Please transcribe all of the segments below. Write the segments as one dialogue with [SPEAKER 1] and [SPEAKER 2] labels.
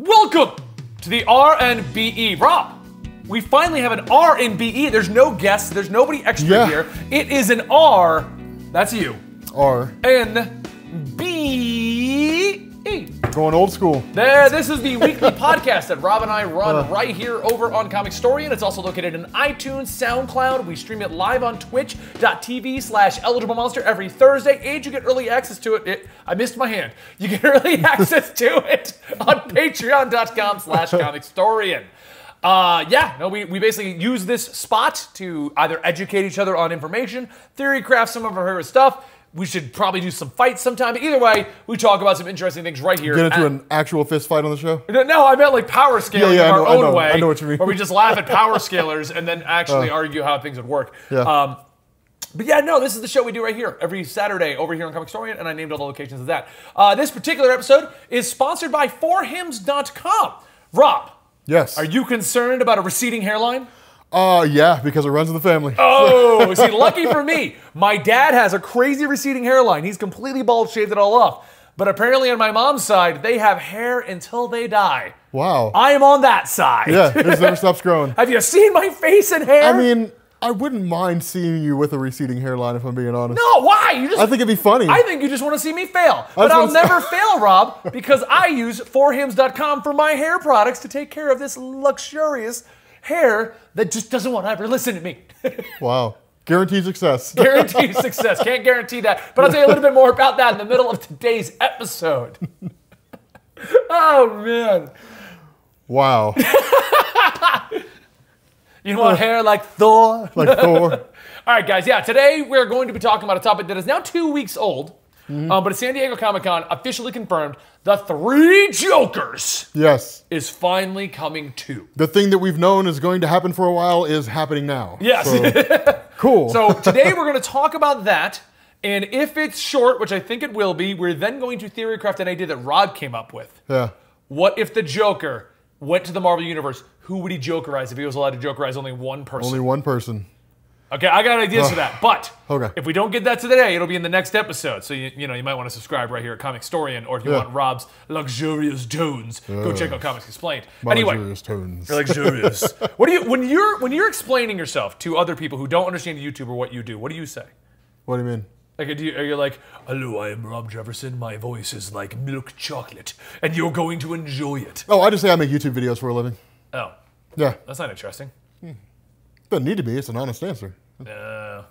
[SPEAKER 1] Welcome to the RNBE. E. Rob, we finally have an RNBE. E. There's no guests, there's nobody extra
[SPEAKER 2] Yeah.
[SPEAKER 1] here. It is an R. That's you.
[SPEAKER 2] Or
[SPEAKER 1] N B E.
[SPEAKER 2] going old school.
[SPEAKER 1] There, this is the weekly podcast that Rob and I run right here over on Comic Story, and it's also located in iTunes, SoundCloud. We stream it live on twitch.tv slash eligible monster every Thursday, and you get early access to it. it- I missed my hand. You get early access to it on patreon.com slash comicstorian. Uh, yeah, no, we, we basically use this spot to either educate each other on information, theory craft some of our favorite stuff. We should probably do some fights sometime. Either way, we talk about some interesting things right here.
[SPEAKER 2] Get into
[SPEAKER 1] at-
[SPEAKER 2] an actual fist fight on the show.
[SPEAKER 1] no, no, I meant like power scaling
[SPEAKER 2] Yeah, yeah,
[SPEAKER 1] in
[SPEAKER 2] I
[SPEAKER 1] our
[SPEAKER 2] know- I
[SPEAKER 1] own
[SPEAKER 2] know,
[SPEAKER 1] way.
[SPEAKER 2] I know what you mean. Uh.
[SPEAKER 1] Where we just laugh at power scalers and then actually argue how things would work.
[SPEAKER 2] Yeah.
[SPEAKER 1] Um, but yeah, no, this is the show we do right here every Saturday over here on Comic Story, and I named all the locations of that. Uh, this particular episode is sponsored by forhims.com. Rob,
[SPEAKER 2] Yes.
[SPEAKER 1] are you concerned about a receding hairline?
[SPEAKER 2] Uh, yeah, because it runs in the family.
[SPEAKER 1] Oh, see, lucky for me, my dad has a crazy receding hairline. He's completely bald, shaved it all off. But apparently, on my mom's side, they have hair until they die.
[SPEAKER 2] Wow.
[SPEAKER 1] I am on that side.
[SPEAKER 2] yeah, it just never stops growing.
[SPEAKER 1] Have you seen my face and hair?
[SPEAKER 2] I mean, I wouldn't mind seeing you with a receding hairline if I'm being honest.
[SPEAKER 1] no. Why? You just.
[SPEAKER 2] I think it'd be funny.
[SPEAKER 1] I think you just want to see me fail, but
[SPEAKER 2] what
[SPEAKER 1] I'll
[SPEAKER 2] I'm saying.
[SPEAKER 1] never fail, Rob, because I use forhims.com for my hair products to take care of this luxurious hair that just doesn't want to ever listen to me.
[SPEAKER 2] wow. Guaranteed success.
[SPEAKER 1] guarantee success. Can't guarantee that. But I'll tell you a little bit more about that in the middle of today's episode. oh man.
[SPEAKER 2] wow.
[SPEAKER 1] You want hair like Thor?
[SPEAKER 2] Like Thor.
[SPEAKER 1] All right, guys. Yeah, today we're going to be talking about a topic that is now two weeks old, um, but at San Diego Comic Con officially confirmed the Three Jokers
[SPEAKER 2] Yes.
[SPEAKER 1] is finally coming to.
[SPEAKER 2] The thing that we've known is going to happen for a while is happening now.
[SPEAKER 1] Yes.
[SPEAKER 2] So, cool.
[SPEAKER 1] So today we're going to talk about that. And if it's short, which I think it will be, we're then going to theorycraft an idea that Rob came up with.
[SPEAKER 2] yeah.
[SPEAKER 1] What if the Joker went to the Marvel Universe? Who would he jokerize if he was allowed to jokerize only one person?
[SPEAKER 2] Only one person.
[SPEAKER 1] Okay, I got ideas for that, but
[SPEAKER 2] Okay.
[SPEAKER 1] if we don't get that today, it'll be in the next episode. So you, you know you might want to subscribe right here at Comic Storian, or if you
[SPEAKER 2] Yeah.
[SPEAKER 1] want Rob's luxurious tones, go check out Comics Explained. Anyway,
[SPEAKER 2] Luxurious tones.
[SPEAKER 1] luxurious. what do you when you're when you're explaining yourself to other people who don't understand YouTube or what you do? What do you say?
[SPEAKER 2] what do you mean?
[SPEAKER 1] Like, do you, are you like, hello, I am Rob Jefferson. My voice is like milk chocolate, and you're going to enjoy it.
[SPEAKER 2] Oh, I just say I make YouTube videos for a living.
[SPEAKER 1] Oh,
[SPEAKER 2] Yeah.
[SPEAKER 1] that's not interesting.
[SPEAKER 2] Doesn't need to be. It's an honest answer.
[SPEAKER 1] No.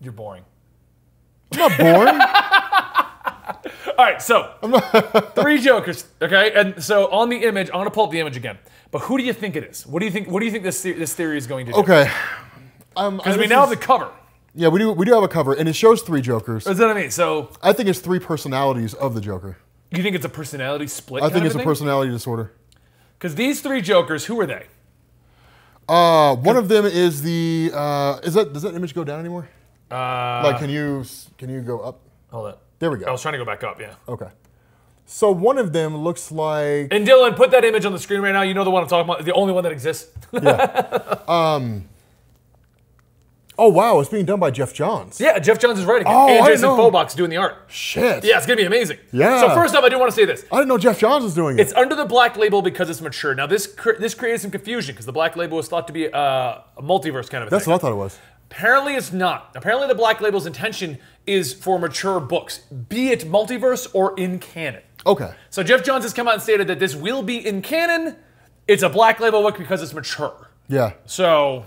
[SPEAKER 1] You're boring.
[SPEAKER 2] I'm not boring.
[SPEAKER 1] All right, so three jokers, okay? And so on the image, I'm gonna pull up the image again. But who do you think it is? What do you think? What do you think this the- this theory is going to do?
[SPEAKER 2] Okay. Um,
[SPEAKER 1] Because we now have the cover.
[SPEAKER 2] yeah, we do we do have a cover, and it shows three Jokers.
[SPEAKER 1] That's what I mean. So
[SPEAKER 2] I think it's three personalities of the Joker.
[SPEAKER 1] you think it's a personality split?
[SPEAKER 2] I think it's a personality disorder.
[SPEAKER 1] Because these three jokers, who are they?
[SPEAKER 2] Uh, one of them is the uh, is that does that image go down anymore?
[SPEAKER 1] Uh,
[SPEAKER 2] Like, can you s- can you go up?
[SPEAKER 1] hold on.
[SPEAKER 2] There we go.
[SPEAKER 1] I was trying to go back up. Yeah.
[SPEAKER 2] Okay. So one of them looks like
[SPEAKER 1] And Dylan, put that image on the screen right now. You know the one I'm talking about. The only one that exists.
[SPEAKER 2] Um, oh wow, it's being done by Jeff Johns.
[SPEAKER 1] yeah, Jeff Johns is writing it,
[SPEAKER 2] Oh,
[SPEAKER 1] and
[SPEAKER 2] I
[SPEAKER 1] Jason
[SPEAKER 2] know.
[SPEAKER 1] Fobox doing the art.
[SPEAKER 2] Shit.
[SPEAKER 1] Yeah, it's gonna be amazing.
[SPEAKER 2] Yeah.
[SPEAKER 1] So first off, I do want to say this.
[SPEAKER 2] I didn't know Jeff Johns was doing it.
[SPEAKER 1] It's under the black label because it's mature. Now this cr- this created some confusion because the black label was thought to be uh, a multiverse kind of a
[SPEAKER 2] That's
[SPEAKER 1] thing.
[SPEAKER 2] what I thought it was.
[SPEAKER 1] Apparently it's not. Apparently the black label's intention is for mature books, be it multiverse or in canon.
[SPEAKER 2] Okay.
[SPEAKER 1] So Jeff Johns has come out and stated that this will be in canon. It's a black label book because it's mature.
[SPEAKER 2] Yeah.
[SPEAKER 1] So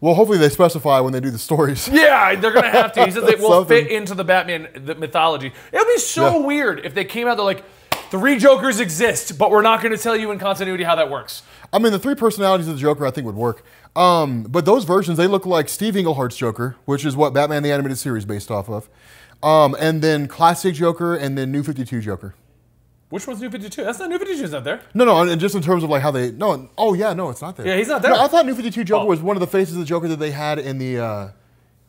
[SPEAKER 2] Well, hopefully they specify when they do the stories.
[SPEAKER 1] yeah, they're gonna have to. He says it will
[SPEAKER 2] Something.
[SPEAKER 1] fit into the Batman the mythology. It would be so
[SPEAKER 2] Yeah.
[SPEAKER 1] weird if they came out. They're like, three Jokers exist, but we're not gonna tell you in continuity how that works.
[SPEAKER 2] I mean, the three personalities of the Joker I think would work. Um, but those versions, they look like Steve Englehart's Joker, which is what Batman the Animated Series based off of. Um, and then Classic Joker and then New 52 Joker.
[SPEAKER 1] Which one's New 52? That's not New 52's not there.
[SPEAKER 2] No, no, and and just in terms of like how they. No, oh yeah, no, it's not there.
[SPEAKER 1] Yeah, he's not there.
[SPEAKER 2] No, I thought New 52 Joker
[SPEAKER 1] Oh.
[SPEAKER 2] was one of the faces of the Joker that they had in the, uh,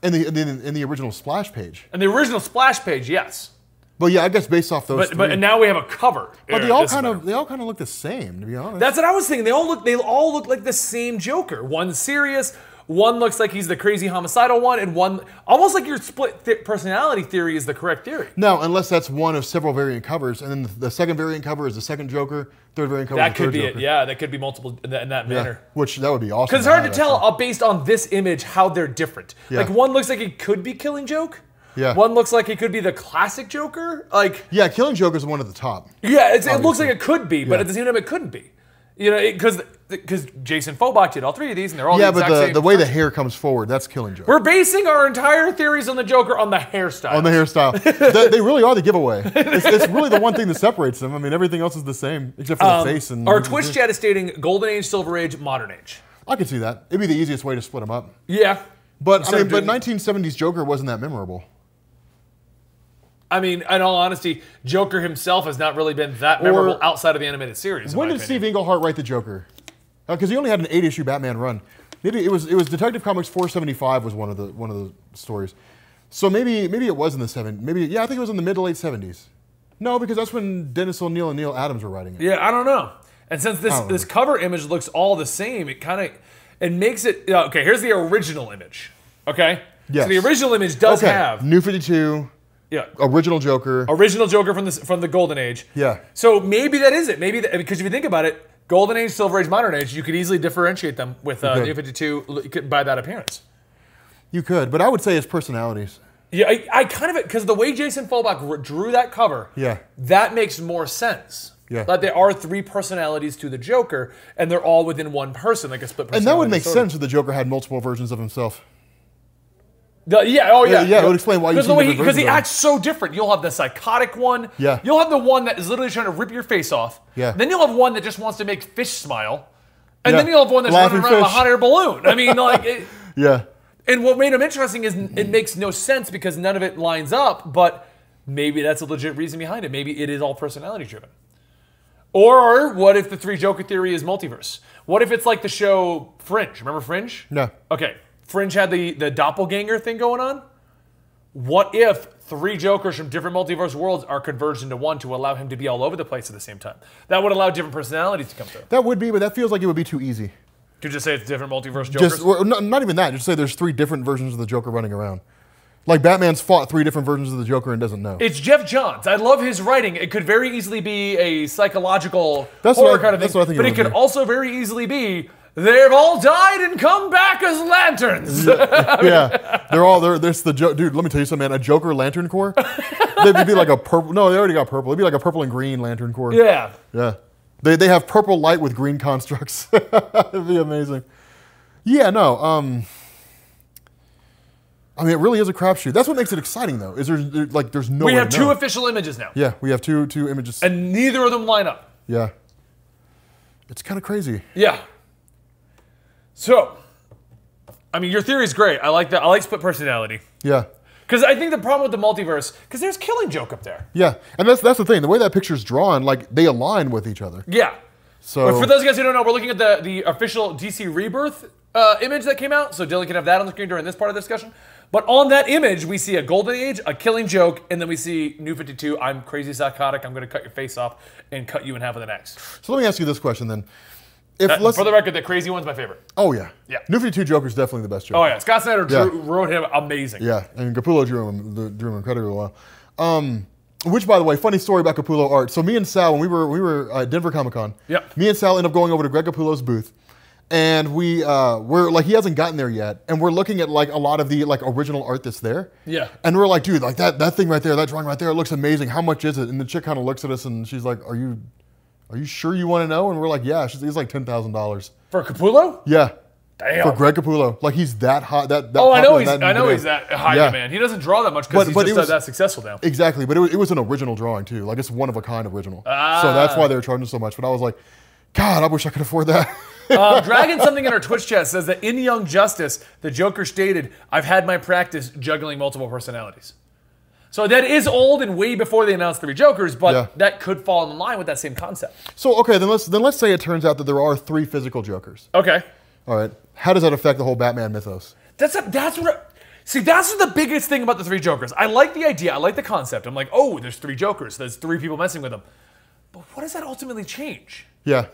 [SPEAKER 2] in, the, in the in the original splash page.
[SPEAKER 1] And the original splash page, yes.
[SPEAKER 2] But yeah, I guess based off those.
[SPEAKER 1] But but
[SPEAKER 2] three.
[SPEAKER 1] and now we have a cover.
[SPEAKER 2] But
[SPEAKER 1] Yeah,
[SPEAKER 2] they all
[SPEAKER 1] this is
[SPEAKER 2] kind
[SPEAKER 1] better.
[SPEAKER 2] of they all kind of look the same, to be honest.
[SPEAKER 1] That's what I was thinking. They all look they all look like the same Joker. One serious, One looks like he's the crazy homicidal one, and one almost like your split th- personality theory is the correct theory.
[SPEAKER 2] Now, unless that's one of several variant covers, and then the, the second variant cover is the second Joker, third variant cover
[SPEAKER 1] That
[SPEAKER 2] is the
[SPEAKER 1] could
[SPEAKER 2] third
[SPEAKER 1] be
[SPEAKER 2] Joker.
[SPEAKER 1] it. Yeah, that could be multiple in that, in that
[SPEAKER 2] Yeah,
[SPEAKER 1] manner.
[SPEAKER 2] Which that would be awesome.
[SPEAKER 1] Because it's hard to tell uh, based on this image how they're different.
[SPEAKER 2] Yeah.
[SPEAKER 1] Like one looks like it could be Killing Joke.
[SPEAKER 2] Yeah.
[SPEAKER 1] One looks like it could be the classic Joker. Like
[SPEAKER 2] Yeah, Killing Joker is the one at the top.
[SPEAKER 1] yeah, it's, it looks like it could be, but
[SPEAKER 2] Yeah.
[SPEAKER 1] at the same time it couldn't be. You know, because because Jason Fobach did all three of these, and they're all
[SPEAKER 2] Yeah,
[SPEAKER 1] the
[SPEAKER 2] but
[SPEAKER 1] exact
[SPEAKER 2] the,
[SPEAKER 1] same.
[SPEAKER 2] the way the hair comes forward, that's Killing Joker.
[SPEAKER 1] We're basing our entire theories on the Joker on the hairstyle.
[SPEAKER 2] on the hairstyle. they, they really are the giveaway. It's, it's really the one thing that separates them. I mean, everything else is the same except for the face and.
[SPEAKER 1] Um, Our Twitch chat is stating Golden Age, Silver Age, Modern Age.
[SPEAKER 2] I could see that. It'd be the easiest way to split them up.
[SPEAKER 1] Yeah.
[SPEAKER 2] But
[SPEAKER 1] Instead
[SPEAKER 2] I
[SPEAKER 1] of
[SPEAKER 2] mean, but
[SPEAKER 1] doing-
[SPEAKER 2] 1970s Joker wasn't that memorable.
[SPEAKER 1] I mean, in all honesty, Joker himself has not really been that memorable
[SPEAKER 2] Or-
[SPEAKER 1] outside of the animated series. in
[SPEAKER 2] When
[SPEAKER 1] my
[SPEAKER 2] did
[SPEAKER 1] opinion.
[SPEAKER 2] Steve Englehart write the Joker? Because he only had an eight-issue Batman run. Maybe it was it was Detective Comics 475 was one of the one of the stories. So maybe maybe it was in the seven. Maybe yeah, I think it was in the mid to late 70s. No, because that's when Dennis O'Neill and Neil Adams were writing it.
[SPEAKER 1] Yeah, I don't know. And since this
[SPEAKER 2] don't
[SPEAKER 1] this cover image looks all the same, it kind of it makes it yeah, okay. Here's the original image. Okay.
[SPEAKER 2] Yes.
[SPEAKER 1] So the original image does have
[SPEAKER 2] New 52,
[SPEAKER 1] yeah
[SPEAKER 2] original Joker.
[SPEAKER 1] original Joker from the from the Golden Age.
[SPEAKER 2] Yeah.
[SPEAKER 1] So maybe that is it. Maybe that, because if you think about it, Golden Age, Silver Age, Modern Age, you could easily differentiate them with uh,
[SPEAKER 2] could.
[SPEAKER 1] New Fifty Two by that appearance.
[SPEAKER 2] You could, but I would say it's personalities.
[SPEAKER 1] Yeah, I, I kind of because the way Jason Fobach drew that cover,
[SPEAKER 2] Yeah.
[SPEAKER 1] that makes more sense.
[SPEAKER 2] Yeah.
[SPEAKER 1] Like there are three personalities to the Joker, and they're all within one person, like a split personality.
[SPEAKER 2] And that would make
[SPEAKER 1] disorder.
[SPEAKER 2] sense if the Joker had multiple versions of himself.
[SPEAKER 1] The- yeah, oh yeah,
[SPEAKER 2] Yeah, yeah, it would explain why you
[SPEAKER 1] Because the
[SPEAKER 2] see
[SPEAKER 1] way he,
[SPEAKER 2] different
[SPEAKER 1] because he
[SPEAKER 2] versions of
[SPEAKER 1] acts so different. You'll have the psychotic one.
[SPEAKER 2] Yeah.
[SPEAKER 1] You'll have the one that is literally trying to rip your face off.
[SPEAKER 2] Yeah.
[SPEAKER 1] Then you'll have one that just wants to make fish smile, and
[SPEAKER 2] Yeah.
[SPEAKER 1] then you'll have one that's
[SPEAKER 2] Laughing
[SPEAKER 1] running around in a
[SPEAKER 2] fish.
[SPEAKER 1] hot air balloon. I mean, like, it,
[SPEAKER 2] Yeah.
[SPEAKER 1] and what made him interesting is it makes no sense because none of it lines up. But maybe that's a legit reason behind it. Maybe it is all personality driven. Or what if the three Joker theory is multiverse? What if it's like the show Fringe? Remember Fringe?
[SPEAKER 2] No.
[SPEAKER 1] Okay, Fringe had the, the doppelganger thing going on. What if three Jokers from different multiverse worlds are converged into one to allow him to be all over the place at the same time? That would allow different personalities to come through.
[SPEAKER 2] That would be, but that feels like it would be too easy.
[SPEAKER 1] To just say it's different multiverse Jokers.
[SPEAKER 2] Just or, not, not even that. Just say there's three different versions of the Joker running around. Like Batman's fought three different versions of the Joker and doesn't know.
[SPEAKER 1] it's Jeff Johns. I love his writing. It could very easily be a psychological
[SPEAKER 2] That's
[SPEAKER 1] horror
[SPEAKER 2] what I-
[SPEAKER 1] kind of thing,
[SPEAKER 2] that's what I think it
[SPEAKER 1] but it
[SPEAKER 2] would
[SPEAKER 1] could
[SPEAKER 2] be.
[SPEAKER 1] also very easily be they've all died and come back as lanterns.
[SPEAKER 2] yeah, they're all there. There's the jo- dude. Let me tell you something, man. A Joker Lantern Corps. They'd be like a purple. No, they already got purple. It'd be like a purple and green Lantern Corps.
[SPEAKER 1] yeah.
[SPEAKER 2] Yeah. They, they have purple light with green constructs. It'd be amazing. Yeah, no. Um, I mean, it really is a crapshoot. That's what makes it exciting, though. Is there's there, like there's no.
[SPEAKER 1] We
[SPEAKER 2] way
[SPEAKER 1] have
[SPEAKER 2] to
[SPEAKER 1] two
[SPEAKER 2] know.
[SPEAKER 1] official images now,
[SPEAKER 2] yeah, we have two two images.
[SPEAKER 1] and neither of them line up.
[SPEAKER 2] yeah. It's kind of crazy.
[SPEAKER 1] Yeah. So, I mean, your theory's great. I like that. I like split personality
[SPEAKER 2] Yeah.
[SPEAKER 1] because I think the problem with the multiverse because there's Killing Joke up there.
[SPEAKER 2] Yeah, and that's that's the thing. The way that picture's drawn, like they align with each other.
[SPEAKER 1] Yeah.
[SPEAKER 2] So
[SPEAKER 1] But for those guys who don't know, we're looking at the, the official DC Rebirth uh, image that came out. So Dylan can have that on the screen during this part of the discussion. But on that image, we see a Golden Age, a Killing Joke, and then we see New 52. I'm crazy psychotic. I'm going to cut your face off and cut you in half with an axe. Uh,
[SPEAKER 2] so let me ask you this question then. If let's
[SPEAKER 1] For the record, the crazy one's my favorite.
[SPEAKER 2] oh yeah
[SPEAKER 1] Yeah.
[SPEAKER 2] New Fifty Two Joker's definitely the best Joker.
[SPEAKER 1] Oh, yeah. Scott Snyder
[SPEAKER 2] Yeah.
[SPEAKER 1] drew, wrote him amazing.
[SPEAKER 2] Yeah, and Capullo drew him, the- drew him incredibly well. Um, which, by the way, funny story about Capullo art. So me and Sal, when we were we were at Denver Comic Con,
[SPEAKER 1] Yep.
[SPEAKER 2] me and Sal end up going over to Greg Capullo's booth, and we uh, we're like he hasn't gotten there yet, and we're looking at like a lot of the like original art that's there.
[SPEAKER 1] Yeah.
[SPEAKER 2] And we're like, dude, like that that thing right there, that drawing right there, it looks amazing. How much is it? And the chick kind of looks at us and she's like, Are you are you sure you want to know? And we're like, Yeah. She's, it's like ten thousand dollars.
[SPEAKER 1] For Capullo?
[SPEAKER 2] Yeah.
[SPEAKER 1] Damn.
[SPEAKER 2] For Greg Capullo, like he's that hot. That, that
[SPEAKER 1] Oh, I know
[SPEAKER 2] popular,
[SPEAKER 1] he's
[SPEAKER 2] that in
[SPEAKER 1] I know
[SPEAKER 2] demand.
[SPEAKER 1] he's that high
[SPEAKER 2] Yeah.
[SPEAKER 1] demand. He doesn't draw that much because
[SPEAKER 2] But-
[SPEAKER 1] he's
[SPEAKER 2] but
[SPEAKER 1] just
[SPEAKER 2] it was-
[SPEAKER 1] that successful now.
[SPEAKER 2] Exactly, but it was, it was an original drawing too. Like it's one of a kind original. So that's why they were charging so much. But I was like, God, I wish I could afford that.
[SPEAKER 1] um, Dragon something in our Twitch chat says that in Young Justice, the Joker stated, "I've had my practice juggling multiple personalities." So that is old and way before they announced three Jokers, but
[SPEAKER 2] Yeah.
[SPEAKER 1] that could fall in line with that same concept.
[SPEAKER 2] so okay, then let's then let's say it turns out that there are three physical Jokers.
[SPEAKER 1] Okay,
[SPEAKER 2] All right, how does that affect the whole Batman mythos?
[SPEAKER 1] that's a, that's what. See, that's the biggest thing about the three Jokers. I like the idea. I like the concept. I'm like, oh, there's three Jokers. There's three people messing with them. But what does that ultimately change?
[SPEAKER 2] Yeah,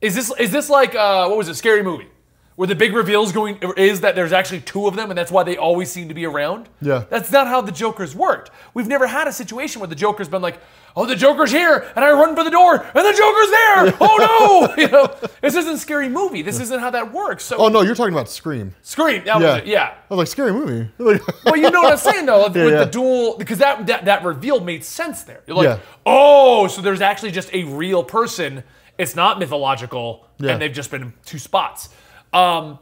[SPEAKER 1] Is this is this like uh, what was it? Scary movie, where the big reveal is going is that there's actually two of them, and that's why they always seem to be around.
[SPEAKER 2] Yeah.
[SPEAKER 1] that's not how the Joker's worked. We've never had a situation where the Joker's been like, "Oh, the Joker's here," and I run for the door, and the Joker's there. Oh no! You know, this isn't scary movie. This isn't how that works. So
[SPEAKER 2] Oh no, you're talking about Scream.
[SPEAKER 1] scream. That
[SPEAKER 2] Yeah.
[SPEAKER 1] was it. Yeah.
[SPEAKER 2] I was like, scary movie. Like-
[SPEAKER 1] Well, you know what I'm saying though, with
[SPEAKER 2] yeah.
[SPEAKER 1] the dual, because that, that that reveal made sense there. You're like,
[SPEAKER 2] Yeah.
[SPEAKER 1] oh, so there's actually just a real person. It's not mythological,
[SPEAKER 2] Yeah.
[SPEAKER 1] and they've just been in two spots. Um,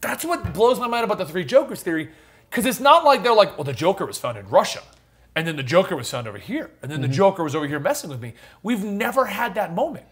[SPEAKER 1] that's what blows my mind about the three Jokers theory, because it's not like they're like, well, the Joker was found in Russia, and then the Joker was found over here, and
[SPEAKER 2] Mm-hmm.
[SPEAKER 1] then the Joker was over here messing with me. We've never had that moment.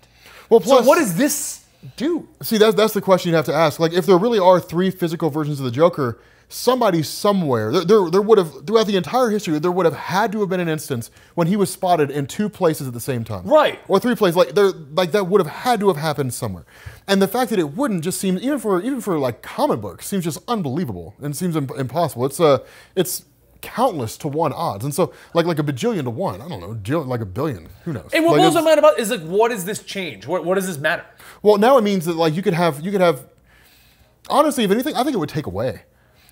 [SPEAKER 2] well, plus,
[SPEAKER 1] so what does this do?
[SPEAKER 2] see? That's that's the question you would have to ask. Like, if there really are three physical versions of the Joker, somebody somewhere there there, there would have throughout the entire history there would have had to have been an instance when he was spotted in two places at the same time,
[SPEAKER 1] Right.
[SPEAKER 2] Or three places. Like there, like that would have had to have happened somewhere. And the fact that it wouldn't just seems even for even for like comic books seems just unbelievable and seems im- impossible. It's uh, it's countless to one odds, and so like like a bajillion to one. I don't know, jil- like a billion. Who knows?
[SPEAKER 1] And what
[SPEAKER 2] Like,
[SPEAKER 1] blows my
[SPEAKER 2] it's-
[SPEAKER 1] mind about is like, what does this change? What what does this matter?
[SPEAKER 2] Well, now it means that like you could have you could have honestly, if anything, I think it would take away.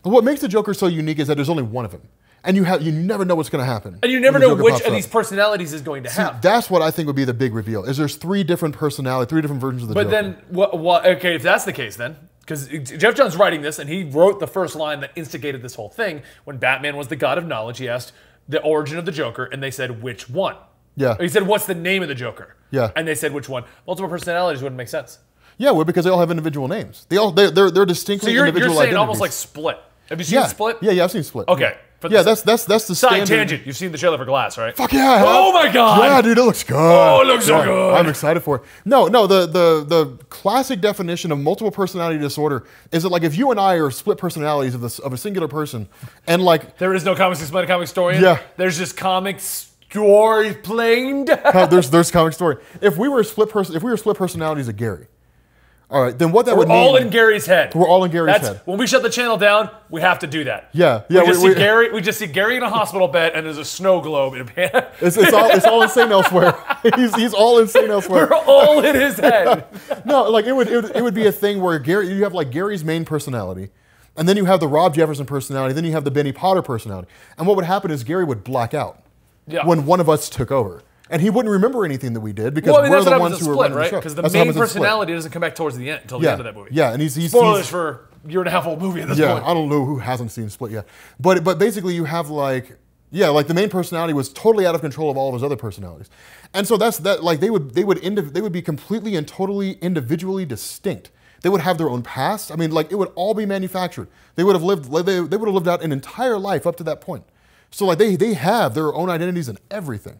[SPEAKER 2] What makes the Joker so unique is that there's only one of him, and you have you never know what's going to happen.
[SPEAKER 1] And you never
[SPEAKER 2] when the
[SPEAKER 1] know
[SPEAKER 2] Joker
[SPEAKER 1] which
[SPEAKER 2] pops
[SPEAKER 1] of
[SPEAKER 2] up.
[SPEAKER 1] these personalities is going to
[SPEAKER 2] See,
[SPEAKER 1] have.
[SPEAKER 2] That's what I think would be the big reveal. Is there's three different personality, three different versions of the
[SPEAKER 1] But
[SPEAKER 2] Joker.
[SPEAKER 1] then, what, what? Okay, if that's the case, then because Jeff Johns writing this, and he wrote the first line that instigated this whole thing. When Batman was the god of knowledge, he asked the origin of the Joker, and they said which one.
[SPEAKER 2] Yeah.
[SPEAKER 1] He said, "What's the name of the Joker?"
[SPEAKER 2] Yeah.
[SPEAKER 1] And they said which one. Multiple personalities wouldn't make sense.
[SPEAKER 2] yeah, well, because they all have individual names. They all they're they're, they're distinctly
[SPEAKER 1] So you're, you're
[SPEAKER 2] individual
[SPEAKER 1] saying
[SPEAKER 2] identities.
[SPEAKER 1] almost like Split. Have you seen
[SPEAKER 2] yeah.
[SPEAKER 1] Split?
[SPEAKER 2] Yeah, yeah, I've seen Split.
[SPEAKER 1] Okay,
[SPEAKER 2] Yeah.
[SPEAKER 1] but
[SPEAKER 2] yeah,
[SPEAKER 1] the-
[SPEAKER 2] that's that's that's the
[SPEAKER 1] Side
[SPEAKER 2] standard.
[SPEAKER 1] tangent. You've seen the trailer for Glass, right?
[SPEAKER 2] Fuck yeah! I
[SPEAKER 1] Oh
[SPEAKER 2] have.
[SPEAKER 1] my God.
[SPEAKER 2] Yeah, dude, it looks good.
[SPEAKER 1] Oh, it looks so
[SPEAKER 2] Yeah,
[SPEAKER 1] good.
[SPEAKER 2] I'm excited for it. No, no, the the the classic definition of multiple personality disorder is that like if you and I are split personalities of this of a singular person, and like
[SPEAKER 1] There is no comics explained, comic story.
[SPEAKER 2] Yeah.
[SPEAKER 1] There's just comic story plain.
[SPEAKER 2] how- there's there's comic story. If we were split person, if we were split personalities of Gary, all right, then what that
[SPEAKER 1] We're
[SPEAKER 2] would
[SPEAKER 1] all
[SPEAKER 2] mean?
[SPEAKER 1] in Gary's head.
[SPEAKER 2] We're all in Gary's
[SPEAKER 1] That's,
[SPEAKER 2] head.
[SPEAKER 1] When we shut the channel down, we have to do that.
[SPEAKER 2] Yeah, yeah,
[SPEAKER 1] We just
[SPEAKER 2] we-
[SPEAKER 1] see
[SPEAKER 2] we-
[SPEAKER 1] Gary. We just see Gary in a hospital bed, and there's a snow globe in a pan.
[SPEAKER 2] it's, it's all it's all insane elsewhere. he's, he's all insane elsewhere.
[SPEAKER 1] We're all in his head.
[SPEAKER 2] no, like it would, it would it would be a thing where Gary you have like Gary's main personality, and then you have the Rob Jefferson personality, then you have the Benny Potter personality. And what would happen is Gary would black out
[SPEAKER 1] Yeah.
[SPEAKER 2] when one of us took over. And he wouldn't remember anything that we did because
[SPEAKER 1] well, I mean,
[SPEAKER 2] we're
[SPEAKER 1] that's what
[SPEAKER 2] the
[SPEAKER 1] happens
[SPEAKER 2] ones
[SPEAKER 1] in
[SPEAKER 2] who were
[SPEAKER 1] Split,
[SPEAKER 2] running
[SPEAKER 1] right?
[SPEAKER 2] the show.
[SPEAKER 1] Because the
[SPEAKER 2] That's what
[SPEAKER 1] main
[SPEAKER 2] happens in Split.
[SPEAKER 1] personality doesn't come back towards the end until the
[SPEAKER 2] Yeah,
[SPEAKER 1] end of that movie.
[SPEAKER 2] yeah, and he's- he's-
[SPEAKER 1] spoilers
[SPEAKER 2] he's-
[SPEAKER 1] for year and a half old movie at this
[SPEAKER 2] Yeah,
[SPEAKER 1] point.
[SPEAKER 2] I don't know who hasn't seen Split yet, but but basically you have like yeah, like the main personality was totally out of control of all of his other personalities, and so that's that like they would they would indiv- they would be completely and totally individually distinct. They would have their own past. I mean, like it would all be manufactured. They would have lived like, they, they would have lived out an entire life up to that point. So like they they have their own identities and everything.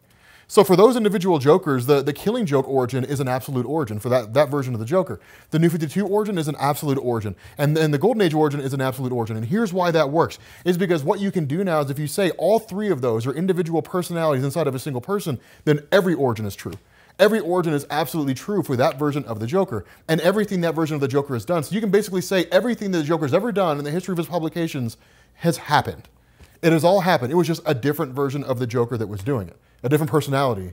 [SPEAKER 2] So for those individual Jokers, the, the Killing Joke origin is an absolute origin for that, that version of the Joker. The New 52 origin is an absolute origin. And then the Golden Age origin is an absolute origin. And here's why that works, is because what you can do now is if you say all three of those are individual personalities inside of a single person, then every origin is true. Every origin is absolutely true for that version of the Joker and everything that version of the Joker has done. So you can basically say everything that the Joker's ever done in the history of his publications has happened. It has all happened. It was just a different version of the Joker that was doing it, a different personality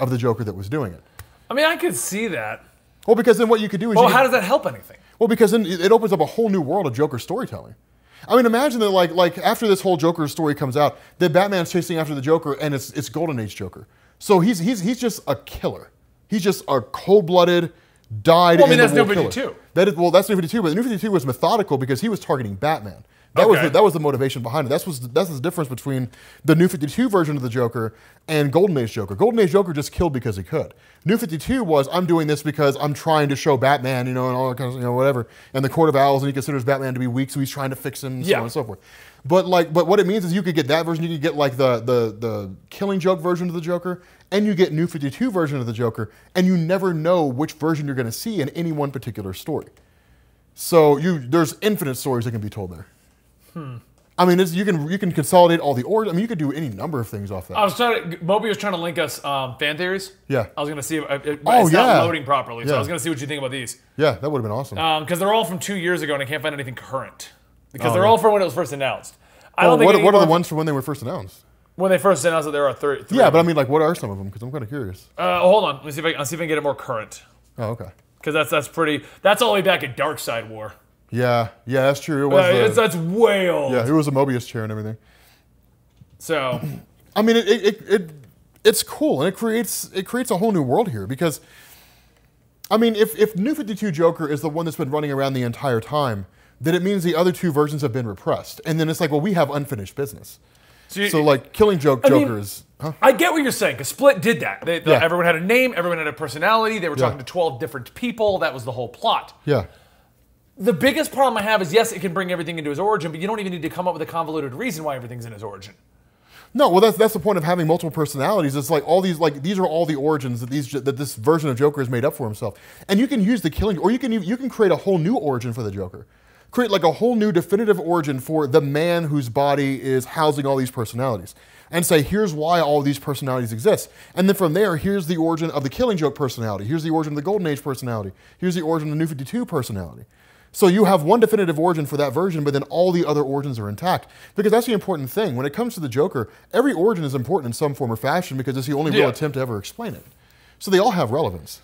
[SPEAKER 2] of the Joker that was doing it.
[SPEAKER 1] I mean, I could see that.
[SPEAKER 2] Well, because then what you could do is
[SPEAKER 1] Well,
[SPEAKER 2] you could-
[SPEAKER 1] how does that help anything?
[SPEAKER 2] well, because then it it opens up a whole new world of Joker storytelling. I mean, imagine that like like after this whole Joker story comes out, that Batman's chasing after the Joker, and it's it's Golden Age Joker. So he's he's he's just a killer. He's just a cold-blooded, died.
[SPEAKER 1] Well, I mean,
[SPEAKER 2] in
[SPEAKER 1] that's
[SPEAKER 2] the wool
[SPEAKER 1] New
[SPEAKER 2] killer.
[SPEAKER 1] 52.
[SPEAKER 2] That is well, that's New Fifty Two, but the New Fifty Two was methodical because he was targeting Batman. That was
[SPEAKER 1] Okay.
[SPEAKER 2] the, that was the motivation behind it. That's was that's the difference between the New Fifty Two version of the Joker and Golden Age Joker. Golden Age Joker just killed because he could. New Fifty Two was I'm doing this because I'm trying to show Batman, you know, and all that kind of you know whatever. And the Court of Owls, and he considers Batman to be weak, so he's trying to fix him, and so
[SPEAKER 1] Yeah.
[SPEAKER 2] on and so forth. But like, but what it means is you could get that version. You could get like the the the Killing Joke version of the Joker, and you get New Fifty Two version of the Joker, and you never know which version you're going to see in any one particular story. So you there's infinite stories that can be told there. Hmm. I mean, it's, you can you can consolidate all the origin. I mean, you could do any number of things off that.
[SPEAKER 1] I was trying to. Moby was trying to link us um, fan theories.
[SPEAKER 2] Yeah.
[SPEAKER 1] I was gonna see if if- if-
[SPEAKER 2] Oh,
[SPEAKER 1] it's
[SPEAKER 2] yeah.
[SPEAKER 1] not loading properly, so
[SPEAKER 2] Yeah.
[SPEAKER 1] I was gonna see what you think about these.
[SPEAKER 2] yeah, that would have been awesome.
[SPEAKER 1] because Um, they're all from two years ago, and I can't find anything current because
[SPEAKER 2] Oh,
[SPEAKER 1] they're
[SPEAKER 2] yeah.
[SPEAKER 1] all from when it was first announced. I
[SPEAKER 2] Oh,
[SPEAKER 1] don't think
[SPEAKER 2] what,
[SPEAKER 1] any
[SPEAKER 2] what are the
[SPEAKER 1] of them-
[SPEAKER 2] ones from when they were first announced?
[SPEAKER 1] when they first announced that there are three. three
[SPEAKER 2] Yeah,
[SPEAKER 1] of
[SPEAKER 2] but I
[SPEAKER 1] them.
[SPEAKER 2] mean, like, what are some of them? Because I'm kind of curious.
[SPEAKER 1] uh, hold on, let me see if I, I'll see if I can get it more current
[SPEAKER 2] Oh, okay.
[SPEAKER 1] because that's that's pretty. That's all the way back at Dark Side War.
[SPEAKER 2] Yeah, yeah, that's true. It was.
[SPEAKER 1] Uh,
[SPEAKER 2] the-
[SPEAKER 1] it's, that's way old.
[SPEAKER 2] yeah, it was a Mobius chair and everything.
[SPEAKER 1] So
[SPEAKER 2] I mean, it, it, it, it it's cool and it creates it creates a whole new world here because, I mean, if if New Fifty Two Joker is the one that's been running around the entire time, then it means the other two versions have been repressed, and then it's like, well, we have unfinished business.
[SPEAKER 1] So you-
[SPEAKER 2] So like, Killing Joke
[SPEAKER 1] mean-
[SPEAKER 2] Joker is. Huh?
[SPEAKER 1] I get what you're saying because Split did that. They, the-
[SPEAKER 2] Yeah.
[SPEAKER 1] Everyone had a name, everyone had a personality. They were
[SPEAKER 2] Yeah.
[SPEAKER 1] talking to 12 different people. That was the whole plot.
[SPEAKER 2] Yeah.
[SPEAKER 1] The biggest problem I have is yes, it can bring everything into his origin, but you don't even need to come up with a convoluted reason why everything's in his origin.
[SPEAKER 2] No, well, that's that's the point of having multiple personalities. It's like all these like these are all the origins that these that this version of Joker has made up for himself, and you can use the killing, or you can you can create a whole new origin for the Joker, create like a whole new definitive origin for the man whose body is housing all these personalities, and say here's why all these personalities exist, and then from there here's the origin of the Killing Joke personality, here's the origin of the Golden Age personality, here's the origin of the New Fifty Two personality. So you have one definitive origin for that version, but then all the other origins are intact. Because that's the important thing. When it comes to the Joker, every origin is important in some form or fashion because it's the only
[SPEAKER 1] Yeah.
[SPEAKER 2] real attempt to ever explain it. So they all have relevance.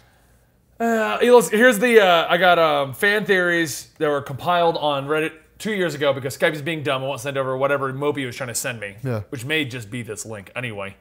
[SPEAKER 1] Uh, let's- here's the uh, I got um, fan theories that were compiled on Reddit two years ago because Skype is being dumb. I won't send over whatever Moby was trying to send me,
[SPEAKER 2] Yeah.
[SPEAKER 1] which may just be this link anyway.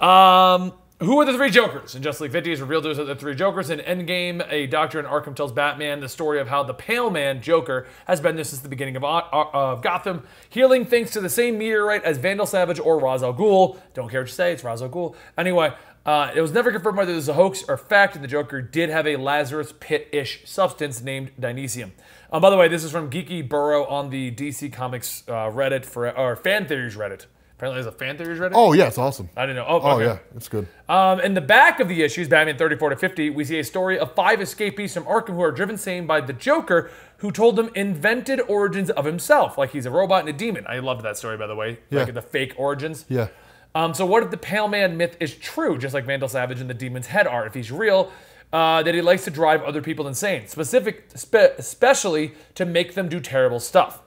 [SPEAKER 1] um, who are the three Jokers? In Justice League 50 is revealed to us that the three Jokers. In Endgame, a doctor in Arkham tells Batman the story of how the Pale Man Joker has been there since the beginning of, O- O- of Gotham, healing thanks to the same meteorite as Vandal Savage or Ra's al Ghul. Don't care what you say, it's Ra's al Ghul. Anyway, uh, it was never confirmed whether this is a hoax or fact, and the Joker did have a Lazarus pit ish substance named Dionysium. Um, by the way, this is from Geeky Burrow on the DC Comics uh, Reddit for or Fan Theories Reddit. Apparently, there's a Fan Theories Reddit.
[SPEAKER 2] Oh yeah, it's awesome.
[SPEAKER 1] I didn't know. Oh,
[SPEAKER 2] Oh
[SPEAKER 1] okay.
[SPEAKER 2] yeah, it's good.
[SPEAKER 1] Um, in the back of the issues, Batman 34 to 50, we see a story of five escapees from Arkham who are driven sane by the Joker, who told them invented origins of himself, like he's a robot and a demon. I loved that story, by the way.
[SPEAKER 2] Yeah.
[SPEAKER 1] Like the fake origins.
[SPEAKER 2] Yeah.
[SPEAKER 1] Um, so, what if the Pale Man myth is true, just like Vandal Savage and the Demon's Head are? If he's real, uh, that he likes to drive other people insane, specific, spe- especially to make them do terrible stuff.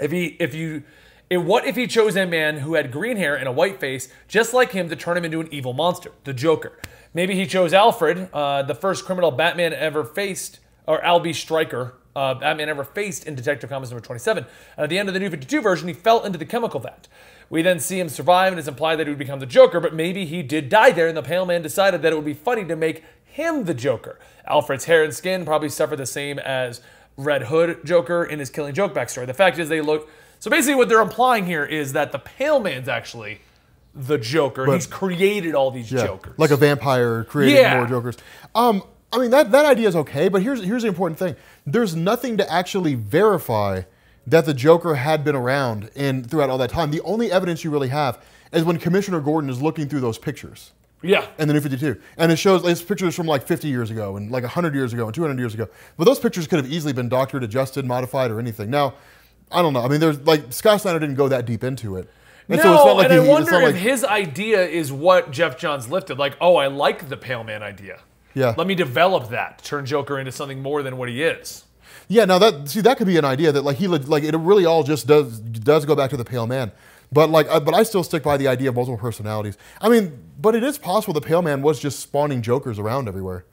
[SPEAKER 1] If he, if you, if, what if he chose a man who had green hair and a white face, just like him, to turn him into an evil monster, the Joker? Maybe he chose Alfred, uh, the first criminal Batman ever faced, or Albie Stryker, uh, Batman ever faced in Detective Comics number 27. And at the end of the New 52 version, he fell into the chemical vat. We then see him survive, and it's implied that he would become the Joker, but maybe he did die there, and the Pale Man decided that it would be funny to make him the Joker. Alfred's hair and skin probably suffer the same as Red Hood Joker in his Killing Joke backstory. The fact is, they look. So basically, what they're implying here is that the Pale Man's actually the Joker. He's created all these
[SPEAKER 2] Yeah.
[SPEAKER 1] Jokers.
[SPEAKER 2] Like a vampire creating
[SPEAKER 1] Yeah.
[SPEAKER 2] more Jokers. Um, I mean that that idea is okay, but here's here's the important thing. There's nothing to actually verify that the Joker had been around in throughout all that time. The only evidence you really have is when Commissioner Gordon is looking through those pictures.
[SPEAKER 1] yeah.
[SPEAKER 2] and the New 52. And it shows it's pictures from like 50 years ago and like 100 years ago and 200 years ago. But those pictures could have easily been doctored, adjusted, modified, or anything. Now, I don't know. I mean, there's like Scott Snyder didn't go that deep into it. And
[SPEAKER 1] no, and I
[SPEAKER 2] he-
[SPEAKER 1] wonder if
[SPEAKER 2] like,
[SPEAKER 1] his idea is what Jeff Johns lifted. Like, oh, I like the Pale Man idea.
[SPEAKER 2] Yeah.
[SPEAKER 1] Let me develop that. Turn Joker into something more than what he is.
[SPEAKER 2] yeah. Now that see that could be an idea that like he le- like it really all just does does go back to the pale man. But like, I, but I still stick by the idea of multiple personalities. I mean, but it is possible the pale man was just spawning jokers around everywhere,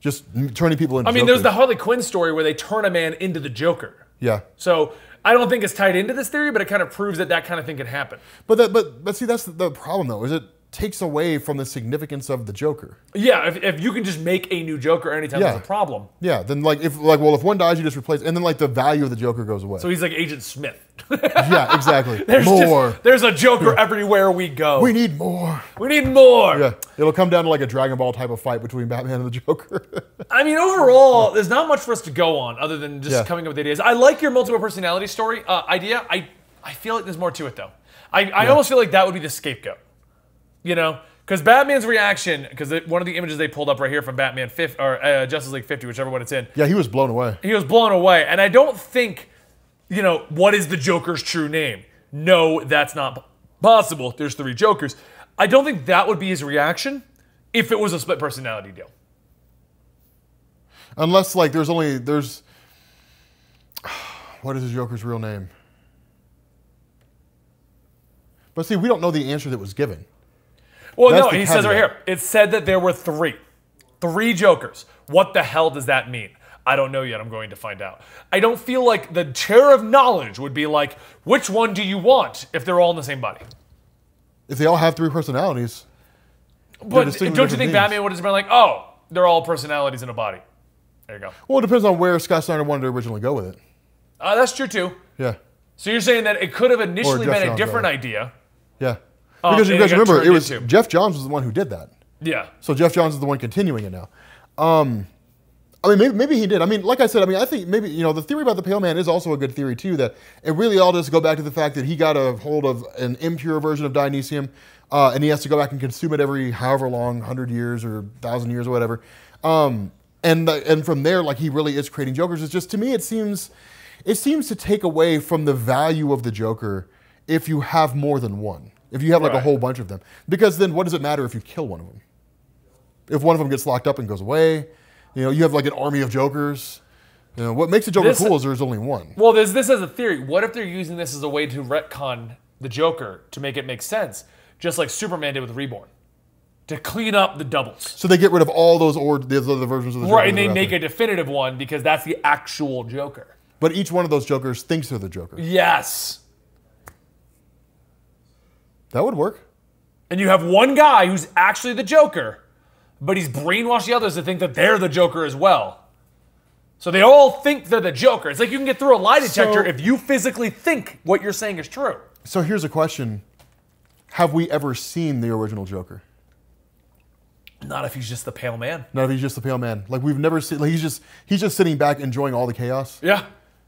[SPEAKER 2] just m- turning people into.
[SPEAKER 1] I mean, there's the Harley Quinn story where they turn a man into the Joker.
[SPEAKER 2] yeah.
[SPEAKER 1] So I don't think it's tied into this theory, but it kind of proves that that kind of thing can happen.
[SPEAKER 2] But that, but but see, that's the problem though. Is it takes away from the significance of the Joker?
[SPEAKER 1] Yeah, if, if you can just make a new Joker anytime
[SPEAKER 2] Yeah.
[SPEAKER 1] there's a problem.
[SPEAKER 2] Yeah. Then like if like well, if one dies, you just replace, and then like the value of the Joker goes away.
[SPEAKER 1] So he's like Agent Smith.
[SPEAKER 2] yeah, exactly.
[SPEAKER 1] There's just-
[SPEAKER 2] more.
[SPEAKER 1] there's a Joker everywhere we go.
[SPEAKER 2] we
[SPEAKER 1] We,
[SPEAKER 2] need more.
[SPEAKER 1] need more.
[SPEAKER 2] Yeah, it'll come down to like a Dragon Ball type of fight between Batman and the Joker.
[SPEAKER 1] I mean, overall, there's not much for us to go on other than just
[SPEAKER 2] Yeah.
[SPEAKER 1] coming up with ideas. I like your multiple personality story uh, idea. I, I feel like there's more to it, though. I, I almost feel like that would be the scapegoat. You know? Because Batman's reaction, because one of the images they pulled up right here from Batman 50, or uh, Justice League 50, whichever one it's in,
[SPEAKER 2] yeah, he was blown away.
[SPEAKER 1] he was blown away. And I don't think, you know, what is the Joker's true name? No, that's not p- possible. There's three Jokers. I don't think that would be his reaction if it was a split personality deal.
[SPEAKER 2] Unless like there's only there's what is the Joker's real name? But see, we don't know the answer that was given.
[SPEAKER 1] Well,
[SPEAKER 2] That's
[SPEAKER 1] no,
[SPEAKER 2] the
[SPEAKER 1] he says right here.
[SPEAKER 2] caveat.
[SPEAKER 1] It said that there were three, three Jokers. What the hell does that mean? I don't know yet. I'm going to find out. I don't feel like the chair of knowledge would be like, which one do you want if they're all in the same body?
[SPEAKER 2] If they all have three personalities,
[SPEAKER 1] But don't
[SPEAKER 2] distinct with
[SPEAKER 1] you
[SPEAKER 2] different
[SPEAKER 1] think
[SPEAKER 2] names.
[SPEAKER 1] Batman would have been like, oh, they're all personalities in a body? There you go.
[SPEAKER 2] well, it depends on where Scott Snyder wanted to originally go with it.
[SPEAKER 1] Uh, that's true too.
[SPEAKER 2] Yeah,
[SPEAKER 1] So you're saying that it could have initially
[SPEAKER 2] Jeff
[SPEAKER 1] been a
[SPEAKER 2] Johns,
[SPEAKER 1] different
[SPEAKER 2] rather.
[SPEAKER 1] idea.
[SPEAKER 2] yeah.
[SPEAKER 1] Um,
[SPEAKER 2] because you
[SPEAKER 1] and it
[SPEAKER 2] guys
[SPEAKER 1] got
[SPEAKER 2] remember,
[SPEAKER 1] turned
[SPEAKER 2] it was
[SPEAKER 1] into-
[SPEAKER 2] Jeff Johns was the one who did that.
[SPEAKER 1] Yeah.
[SPEAKER 2] So Jeff Johns is the one continuing it now. Um, I mean, maybe, maybe he did. I mean, like I said, I mean, I think maybe you know the theory about the Pale Man is also a good theory too. That it really all does go back to the fact that he got a hold of an impure version of Dionysium, uh, and he has to go back and consume it every however long, hundred years or thousand years or whatever. Um, and uh, and from there, like he really is creating Jokers. It's just to me, it seems it seems to take away from the value of the Joker if you have more than one. If you have like a
[SPEAKER 1] Right.
[SPEAKER 2] whole bunch of them, because then what does it matter if you kill one of them? if one of them gets locked up and goes away, you know, you have like an army of jokers. You know, what makes a Joker
[SPEAKER 1] This-
[SPEAKER 2] cool is there's only one.
[SPEAKER 1] Well, there's this as a theory. What if they're using this as a way to retcon the Joker to make it make sense, just like Superman did with Reborn, to clean up the doubles,
[SPEAKER 2] So they get rid of all those or the other versions of the Joker.
[SPEAKER 1] right? And they
[SPEAKER 2] that are out
[SPEAKER 1] make
[SPEAKER 2] there.
[SPEAKER 1] a definitive one because that's the actual Joker.
[SPEAKER 2] But each one of those jokers thinks they're the Joker.
[SPEAKER 1] Yes.
[SPEAKER 2] That would work.
[SPEAKER 1] And you have one guy who's actually the Joker, but he's brainwashed the others to think that they're the Joker as well. So they all think they're the Joker. It's like you can get through a lie detector
[SPEAKER 2] So-
[SPEAKER 1] if you physically think what you're saying is true.
[SPEAKER 2] So here's a question: Have we ever seen the original Joker?
[SPEAKER 1] Not if he's just the pale man.
[SPEAKER 2] Not if he's just the pale man. Like we've never seen. Like he's just he's just sitting back enjoying all the chaos.
[SPEAKER 1] Yeah.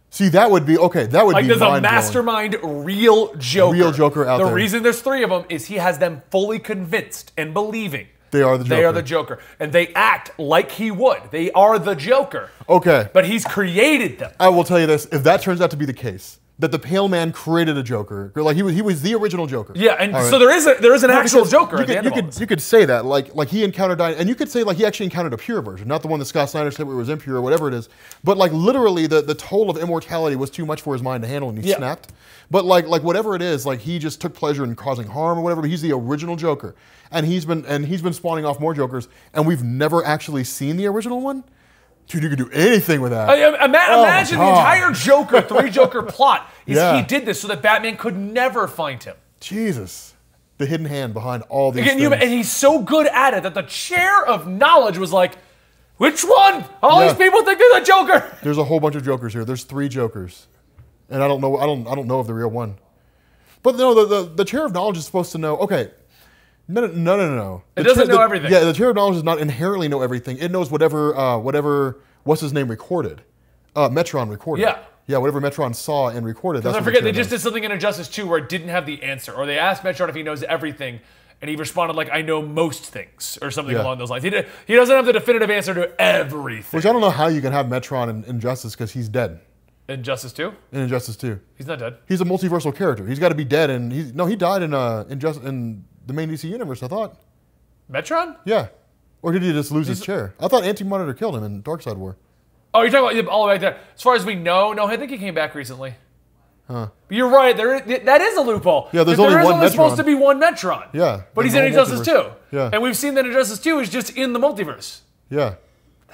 [SPEAKER 2] See, that would be okay. That would
[SPEAKER 1] Like
[SPEAKER 2] be
[SPEAKER 1] there's a
[SPEAKER 2] mind-blowing.
[SPEAKER 1] mastermind, real Joker.
[SPEAKER 2] Real Joker out
[SPEAKER 1] the
[SPEAKER 2] there.
[SPEAKER 1] reason there's three of them is he has them fully convinced and believing
[SPEAKER 2] They are the Joker.
[SPEAKER 1] they are the Joker, and they act like he would. They are the Joker,
[SPEAKER 2] Okay.
[SPEAKER 1] but he's created them.
[SPEAKER 2] I will tell you this: if that turns out to be the case, that the Pale Man created a Joker, like he was, he was the original Joker.
[SPEAKER 1] Yeah, and
[SPEAKER 2] All right.
[SPEAKER 1] so there is a, there is an
[SPEAKER 2] No,
[SPEAKER 1] actual
[SPEAKER 2] because
[SPEAKER 1] Joker.
[SPEAKER 2] You
[SPEAKER 1] at the
[SPEAKER 2] could,
[SPEAKER 1] end
[SPEAKER 2] you
[SPEAKER 1] of all
[SPEAKER 2] could,
[SPEAKER 1] this.
[SPEAKER 2] you could say that, like like he encountered, Dian- and you could say like he actually encountered a pure version, not the one that Scott Snyder said was impure or whatever it is. But like literally, the the toll of immortality was too much for his mind to handle, and he
[SPEAKER 1] Yeah.
[SPEAKER 2] snapped. But like like whatever it is, like he just took pleasure in causing harm or whatever. But he's the original Joker, and he's been and he's been spawning off more Jokers, and we've never actually seen the original one. Dude, you could do anything with that.
[SPEAKER 1] I- I- ima-
[SPEAKER 2] Oh,
[SPEAKER 1] imagine the
[SPEAKER 2] God.
[SPEAKER 1] entire Joker, three Joker plot is
[SPEAKER 2] Yeah.
[SPEAKER 1] he did this so that Batman could never find him.
[SPEAKER 2] Jesus. The hidden hand behind all these
[SPEAKER 1] Again, you,
[SPEAKER 2] things.
[SPEAKER 1] and he's so good at it that the chair of knowledge was like, which one? All
[SPEAKER 2] Yeah.
[SPEAKER 1] these people think they're the Joker.
[SPEAKER 2] There's a whole bunch of jokers here. There's three jokers. And I don't know I don't I don't know of the real one. But no, the, the, the chair of knowledge is supposed to know, okay. No no no no no.
[SPEAKER 1] It
[SPEAKER 2] The
[SPEAKER 1] doesn't
[SPEAKER 2] chair-
[SPEAKER 1] know
[SPEAKER 2] the-
[SPEAKER 1] everything.
[SPEAKER 2] Yeah, the chair of knowledge does not inherently know everything. It knows whatever uh, whatever what's his name recorded. Uh, Metron recorded.
[SPEAKER 1] Yeah.
[SPEAKER 2] Yeah, whatever Metron saw and recorded. That's
[SPEAKER 1] I
[SPEAKER 2] what the
[SPEAKER 1] forget, they
[SPEAKER 2] chair
[SPEAKER 1] just
[SPEAKER 2] knows.
[SPEAKER 1] did something in Injustice 2 where it didn't have the answer, or they asked Metron if he knows everything, and he responded like, I know most things, or something
[SPEAKER 2] Yeah.
[SPEAKER 1] along those lines. He, did, he doesn't have the definitive answer to everything.
[SPEAKER 2] Which I don't know how you can have Metron in Injustice because he's dead
[SPEAKER 1] Injustice 2?
[SPEAKER 2] in Injustice 2.
[SPEAKER 1] He's not dead.
[SPEAKER 2] He's a multiversal character. He's got to be dead, and he's no, he died in uh, in just in the main DC universe. I thought,
[SPEAKER 1] Metron?
[SPEAKER 2] yeah, or did he just lose his chair? I thought Anti Monitor killed him in Dark Side War.
[SPEAKER 1] Oh, you're talking about all the way back there. As far as we know, no, I think he came back recently. But You're right. There, i- that is a loophole.
[SPEAKER 2] Yeah, there's
[SPEAKER 1] That there
[SPEAKER 2] only
[SPEAKER 1] is
[SPEAKER 2] one
[SPEAKER 1] only supposed
[SPEAKER 2] Metron.
[SPEAKER 1] to be one Metron.
[SPEAKER 2] Yeah,
[SPEAKER 1] but
[SPEAKER 2] in
[SPEAKER 1] he's
[SPEAKER 2] the
[SPEAKER 1] in
[SPEAKER 2] whole
[SPEAKER 1] Injustice Two.
[SPEAKER 2] multiverse. Yeah.
[SPEAKER 1] and we've seen that Injustice Two is just in the multiverse.
[SPEAKER 2] Yeah,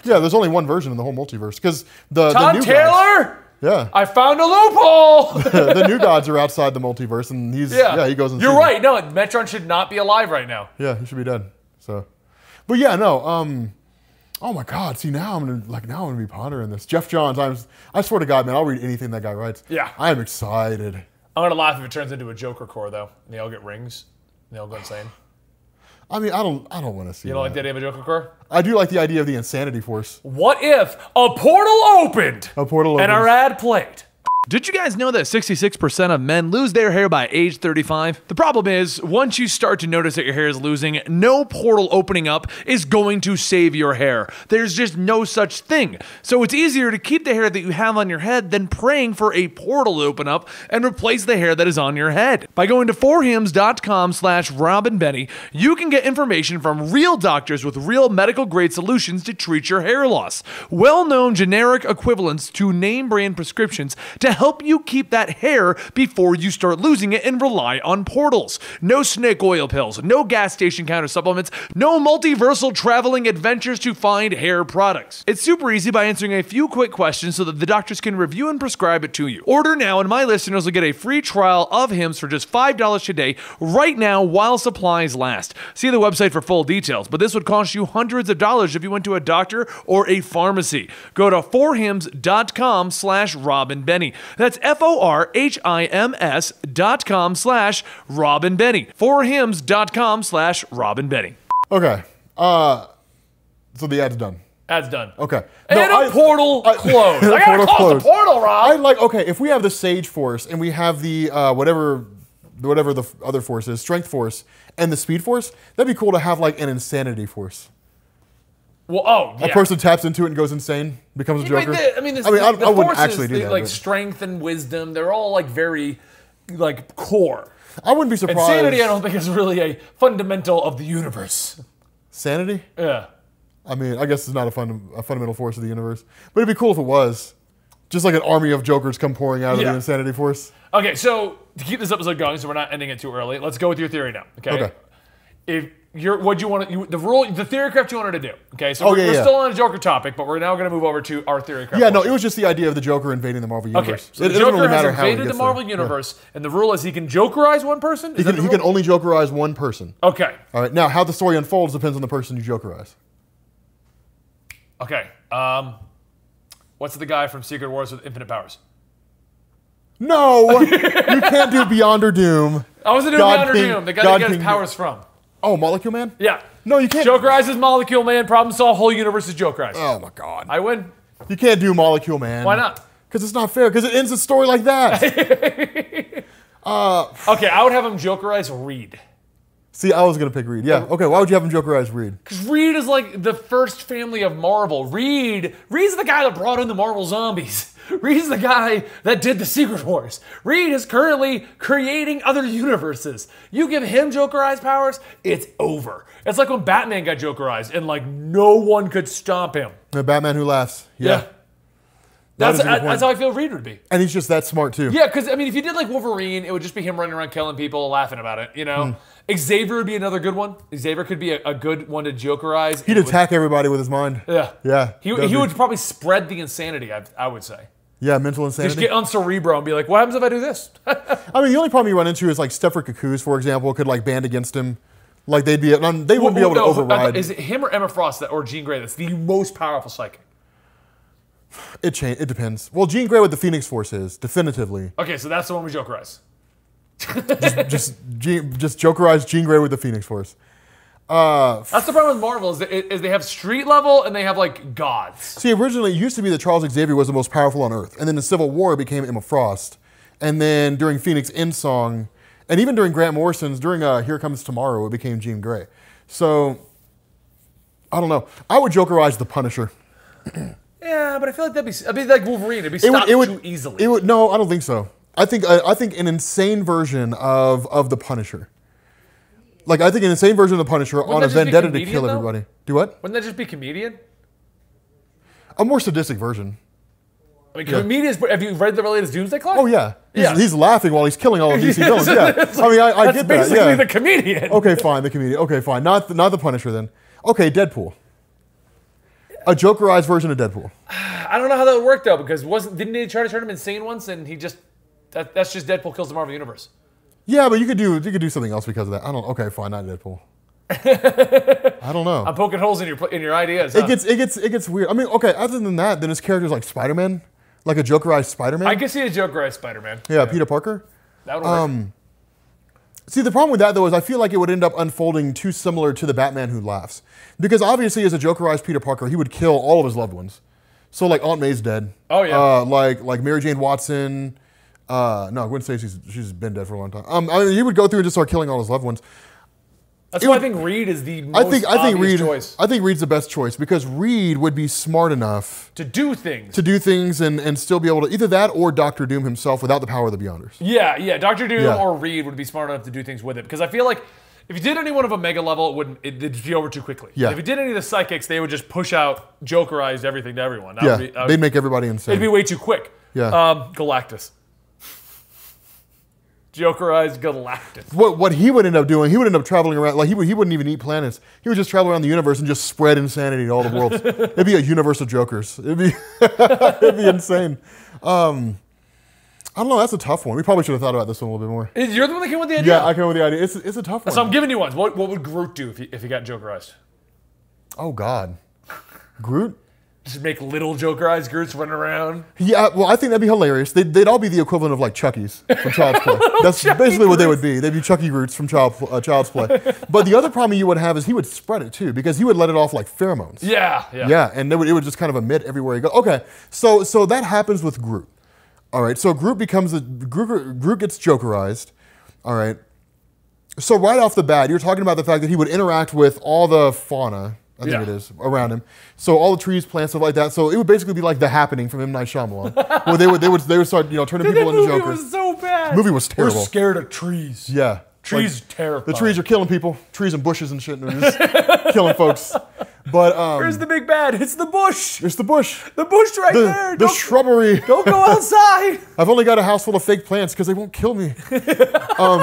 [SPEAKER 2] yeah. There's only one version in the whole multiverse because the the
[SPEAKER 1] Todd
[SPEAKER 2] new
[SPEAKER 1] Taylor,
[SPEAKER 2] gods, yeah,
[SPEAKER 1] I found a loophole.
[SPEAKER 2] the new gods are outside the multiverse, and he's yeah,
[SPEAKER 1] yeah,
[SPEAKER 2] he goes. And
[SPEAKER 1] You're
[SPEAKER 2] sees them.
[SPEAKER 1] right. No, Metron should not be alive right now.
[SPEAKER 2] Yeah, he should be dead. So, but yeah, no. Um, oh my God! See now I'm gonna like now I'm gonna be pondering this. Jeff Johns, I'm I swear to God, man, I'll read anything that guy writes.
[SPEAKER 1] Yeah.
[SPEAKER 2] I am excited.
[SPEAKER 1] I'm gonna laugh if it turns into a Joker core though, and they all get rings. And they all go insane. Oh,
[SPEAKER 2] I mean, I don't I don't want to see.
[SPEAKER 1] You
[SPEAKER 2] that.
[SPEAKER 1] don't like the idea of a Joker core?
[SPEAKER 2] I do like the idea of the insanity force.
[SPEAKER 1] What if a portal opened?
[SPEAKER 2] A portal
[SPEAKER 1] And our
[SPEAKER 2] opens.
[SPEAKER 1] ad played. Did you guys know that 66% of men lose their hair by age 35? The problem is, once you start to notice that your hair is losing, no portal opening up is going to save your hair. There's just no such thing. So it's easier to keep the hair that you have on your head than praying for a portal to open up and replace the hair that is on your head. By going to forhims.com slash Robin Benny, you can get information from real doctors with real medical grade solutions to treat your hair loss. Well known generic equivalents to name brand prescriptions to help you keep that hair before you start losing it and rely on portals. No snake oil pills, no gas station counter supplements, no multiversal traveling adventures to find hair products. It's super easy by answering a few quick questions so that the doctors can review and prescribe it to you. Order now, and my listeners will get a free trial of Hims for just $5 today, right now, while supplies last. See the website for full details, but this would cost you hundreds of dollars if you went to a doctor or a pharmacy. Go to forhims.com slash Robin Benny. That's F-O-R-H-I-M-S dot com slash Robin Benny. Forhims.com slash Robin Benny.
[SPEAKER 2] Okay. Uh, so the ad's done.
[SPEAKER 1] That's done.
[SPEAKER 2] Okay.
[SPEAKER 1] And
[SPEAKER 2] No,
[SPEAKER 1] a
[SPEAKER 2] I-
[SPEAKER 1] portal closed. I gotta
[SPEAKER 2] Portal
[SPEAKER 1] close
[SPEAKER 2] closed.
[SPEAKER 1] the portal, Rob.
[SPEAKER 2] I like okay. If we have the Sage Force and we have the uh, whatever, whatever the f- other force is, Strength Force and the Speed Force, that'd be cool to have like an Insanity Force.
[SPEAKER 1] well, oh, yeah.
[SPEAKER 2] A person taps into it and goes insane, becomes a
[SPEAKER 1] I mean,
[SPEAKER 2] Joker.
[SPEAKER 1] the- I mean, this,
[SPEAKER 2] I, mean, I,
[SPEAKER 1] the
[SPEAKER 2] I wouldn't
[SPEAKER 1] forces,
[SPEAKER 2] actually do
[SPEAKER 1] the,
[SPEAKER 2] that.
[SPEAKER 1] Like
[SPEAKER 2] but
[SPEAKER 1] strength and wisdom, they're all like very, like core.
[SPEAKER 2] I wouldn't be surprised.
[SPEAKER 1] Insanity, I don't think is really a fundamental of the universe.
[SPEAKER 2] Sanity?
[SPEAKER 1] Yeah.
[SPEAKER 2] I mean, I guess it's not a, fun, a fundamental force of the universe, but it'd be cool if it was. Just like an army of Jokers come pouring out of
[SPEAKER 1] Yeah.
[SPEAKER 2] the Insanity Force.
[SPEAKER 1] Okay, so to keep this episode going, so we're not ending it too early. Let's go with your theory now. Okay.
[SPEAKER 2] Okay.
[SPEAKER 1] If you're what you want, you, the rule, the theorycraft you wanted to do. Okay, so
[SPEAKER 2] Oh,
[SPEAKER 1] we're,
[SPEAKER 2] yeah,
[SPEAKER 1] we're
[SPEAKER 2] yeah.
[SPEAKER 1] still on a Joker topic, but we're now going to move over to our theorycraft.
[SPEAKER 2] Yeah, no, it was just the idea of the Joker invading the Marvel
[SPEAKER 1] Okay,
[SPEAKER 2] universe.
[SPEAKER 1] so
[SPEAKER 2] it,
[SPEAKER 1] the
[SPEAKER 2] it
[SPEAKER 1] Joker
[SPEAKER 2] doesn't really matter
[SPEAKER 1] has
[SPEAKER 2] how he
[SPEAKER 1] invaded the
[SPEAKER 2] gets
[SPEAKER 1] Marvel
[SPEAKER 2] there.
[SPEAKER 1] universe, and the rule is he can Jokerize one person. Is
[SPEAKER 2] He
[SPEAKER 1] that
[SPEAKER 2] can,
[SPEAKER 1] the
[SPEAKER 2] he
[SPEAKER 1] rule?
[SPEAKER 2] can only Jokerize one person.
[SPEAKER 1] Okay.
[SPEAKER 2] All right. Now, how the story unfolds depends on the person you Jokerize.
[SPEAKER 1] Okay. Um, what's the guy from Secret Wars with infinite powers?
[SPEAKER 2] No, you can't do Beyonder Doom.
[SPEAKER 1] I wasn't doing
[SPEAKER 2] God
[SPEAKER 1] Beyond
[SPEAKER 2] King-
[SPEAKER 1] Doom. The guy
[SPEAKER 2] God
[SPEAKER 1] that got his
[SPEAKER 2] King-
[SPEAKER 1] powers from.
[SPEAKER 2] Oh, Molecule Man.
[SPEAKER 1] Yeah.
[SPEAKER 2] No, you can't.
[SPEAKER 1] Jokerizes Molecule Man. Problem solve. Whole universe is Jokerized.
[SPEAKER 2] Oh my God.
[SPEAKER 1] I win.
[SPEAKER 2] You can't do Molecule Man.
[SPEAKER 1] Why not?
[SPEAKER 2] Because it's not fair. Because it ends the story like that.
[SPEAKER 1] Okay, I would have him Jokerize Reed.
[SPEAKER 2] See, I was gonna pick Reed. Yeah. Okay. Why would you have him Jokerize Reed?
[SPEAKER 1] Because Reed is like the first family of Marvel. Reed, Reed's the guy that brought in the Marvel zombies. Reed's the guy that did the Secret Wars. Reed is currently creating other universes. You give him Jokerized powers, it's over. It's like when Batman got Jokerized and like no one could stop him.
[SPEAKER 2] The Batman who laughs. Yeah. That
[SPEAKER 1] That's,
[SPEAKER 2] is a good
[SPEAKER 1] that's
[SPEAKER 2] point.
[SPEAKER 1] how I feel Reed would be.
[SPEAKER 2] And he's just that smart too.
[SPEAKER 1] Yeah, because I mean, if you did like Wolverine, it would just be him running around killing people, laughing about it. You know, Xavier would be another good one. Xavier could be a, a good one to Jokerize.
[SPEAKER 2] He'd
[SPEAKER 1] It would-
[SPEAKER 2] attack everybody with his mind.
[SPEAKER 1] Yeah.
[SPEAKER 2] Yeah.
[SPEAKER 1] He,
[SPEAKER 2] that'd
[SPEAKER 1] he
[SPEAKER 2] be-
[SPEAKER 1] would probably spread the insanity, I, I would say.
[SPEAKER 2] Yeah. Mental
[SPEAKER 1] Just
[SPEAKER 2] insanity.
[SPEAKER 1] get on Cerebro and be like, what happens if I do this?
[SPEAKER 2] I mean, the only problem you run into is like Stefford Cuckoos, for example, could like band against him. Like they'd be, uh, none- they wouldn't be able to
[SPEAKER 1] No, who-
[SPEAKER 2] override.
[SPEAKER 1] Is it him or Emma Frost that, or Jean Grey that's the most powerful psychic?
[SPEAKER 2] It cha- It depends. Well, Jean Grey with the Phoenix Force is definitively
[SPEAKER 1] Okay, so that's the one we Jokerize.
[SPEAKER 2] just Jean, just Jokerize Jean Grey with the Phoenix Force.
[SPEAKER 1] That's the problem with Marvel is, that, is they have street level and they have like gods.
[SPEAKER 2] See, originally it used to be that Charles Xavier was the most powerful on Earth, and then the Civil War it became Emma Frost, and then during Phoenix Song, and even during Grant Morrison's during uh, Here Comes Tomorrow, it became Jean Grey. So I don't know. I would Jokerize the Punisher.
[SPEAKER 1] Yeah, but I feel like that'd be, I'd be like Wolverine. It'd be
[SPEAKER 2] It
[SPEAKER 1] stopped
[SPEAKER 2] would. It would
[SPEAKER 1] too easily.
[SPEAKER 2] It would. No, I don't think so. I think I, I think an insane version of of the Punisher. Like I think an insane version of the Punisher
[SPEAKER 1] that
[SPEAKER 2] on a
[SPEAKER 1] just be a
[SPEAKER 2] vendetta to
[SPEAKER 1] comedian,
[SPEAKER 2] kill
[SPEAKER 1] though?
[SPEAKER 2] everybody. Do what?
[SPEAKER 1] Wouldn't that just be comedian?
[SPEAKER 2] A more sadistic version.
[SPEAKER 1] I mean, comedians, have you read the latest Doomsday Clock?
[SPEAKER 2] Oh yeah. He's,
[SPEAKER 1] Yeah.
[SPEAKER 2] he's laughing while he's killing all of DC villains. Yeah. I mean, I, I
[SPEAKER 1] That's
[SPEAKER 2] get that.
[SPEAKER 1] basically
[SPEAKER 2] Yeah. Oh,
[SPEAKER 1] the comedian.
[SPEAKER 2] okay, fine. The comedian. Okay, fine. Not the, not the Punisher then. Okay, Deadpool. A Jokerized version of Deadpool.
[SPEAKER 1] I don't know how that would work though, because wasn't didn't they try to turn him insane once and he just that, that's just Deadpool kills the Marvel universe.
[SPEAKER 2] Yeah, but you could do you could do something else because of that. I don't. Okay, fine. Not Deadpool. I don't know.
[SPEAKER 1] I'm poking holes in your pl- in your ideas. huh?
[SPEAKER 2] It gets it gets it gets weird. I mean, okay. Other than that, then his character's like Spider Man, like a Jokerized Spider
[SPEAKER 1] I
[SPEAKER 2] Man.
[SPEAKER 1] could see a Joker as Spider-Man.
[SPEAKER 2] Yeah, Peter Parker.
[SPEAKER 1] That would work.
[SPEAKER 2] Um, See, the problem with that though is I feel like it would end up unfolding too similar to the Batman Who Laughs, because obviously as a Jokerized Peter Parker, he would kill all of his loved ones. So like Aunt May's dead.
[SPEAKER 1] Oh, yeah.
[SPEAKER 2] Uh, like like Mary Jane Watson. Uh, no, I wouldn't say she's she's been dead for a long time. Um, I mean, he would go through and just start killing all his loved ones.
[SPEAKER 1] that's
[SPEAKER 2] it
[SPEAKER 1] why I
[SPEAKER 2] would-
[SPEAKER 1] think Reed is the most
[SPEAKER 2] I think I think Reed.
[SPEAKER 1] choice
[SPEAKER 2] I think Reed's the best choice because Reed would be smart enough.
[SPEAKER 1] to do things.
[SPEAKER 2] to do things and, and still be able to either that or Doctor Doom himself without the power of the Beyonders.
[SPEAKER 1] yeah, yeah. Doctor Doom
[SPEAKER 2] Yeah.
[SPEAKER 1] or Reed would be smart enough to do things with it because I feel like if you did any one of a mega level, it wouldn't it, it'd be over too quickly.
[SPEAKER 2] Yeah.
[SPEAKER 1] If you did any of the psychics, they would just push out Jokerized everything to everyone. That
[SPEAKER 2] Yeah,
[SPEAKER 1] would be, that would
[SPEAKER 2] they'd make everybody insane.
[SPEAKER 1] It'd be way too quick.
[SPEAKER 2] Yeah.
[SPEAKER 1] Um, Galactus. Jokerized Galactus.
[SPEAKER 2] What, what he would end up doing, he would end up traveling around, like he, would, he wouldn't even eat planets. He would just travel around the universe and just spread insanity to all the worlds. It'd be a universe of jokers. It'd be, it'd be insane. Um, I don't know, that's a tough one. We probably should have thought about this one a little bit more.
[SPEAKER 1] Is- You're the one that came with the idea.
[SPEAKER 2] Yeah, I come up with the idea. It's, it's a tough one.
[SPEAKER 1] so I'm giving you ones. What, what would Groot do if he, if he got Jokerized?
[SPEAKER 2] oh, God. Groot?
[SPEAKER 1] Just make little Jokerized Groots running around.
[SPEAKER 2] Yeah, well, I think that'd be hilarious. They'd, they'd all be the equivalent of like Chuckies from Child's Play. That's
[SPEAKER 1] Chucky
[SPEAKER 2] basically what they would
[SPEAKER 1] Groots.
[SPEAKER 2] be. They'd be Chucky Roots from Child, uh, Child's Play. but the other problem you would have is he would spread it too because he would let it off like pheromones.
[SPEAKER 1] Yeah, yeah.
[SPEAKER 2] Yeah, and it would, it would just kind of emit everywhere you go. Okay, so so that happens with Groot. All right, so Groot becomes a Groot, Groot gets Jokerized. All right, so right off the bat, you're talking about the fact that he would interact with all the fauna. I think
[SPEAKER 1] Yeah.
[SPEAKER 2] it is around him. So all the trees, plants, stuff like that. So it would basically be like the happening from M Night Shyamalan, where they would they would they would start you know turning
[SPEAKER 1] That
[SPEAKER 2] people into
[SPEAKER 1] movie
[SPEAKER 2] Jokers.
[SPEAKER 1] was so bad.
[SPEAKER 2] Movie was terrible.
[SPEAKER 1] We're scared of trees.
[SPEAKER 2] yeah,
[SPEAKER 1] Trees
[SPEAKER 2] Like,
[SPEAKER 1] are terrifying.
[SPEAKER 2] the trees are killing people. Trees and bushes and shit, and they're just killing folks. But um,
[SPEAKER 1] Where's the big bad? It's the bush.
[SPEAKER 2] it's the bush,
[SPEAKER 1] The bush right
[SPEAKER 2] the,
[SPEAKER 1] there.
[SPEAKER 2] the
[SPEAKER 1] don't,
[SPEAKER 2] shrubbery.
[SPEAKER 1] don't go outside.
[SPEAKER 2] I've only got a house full of fake plants because they won't kill me. um,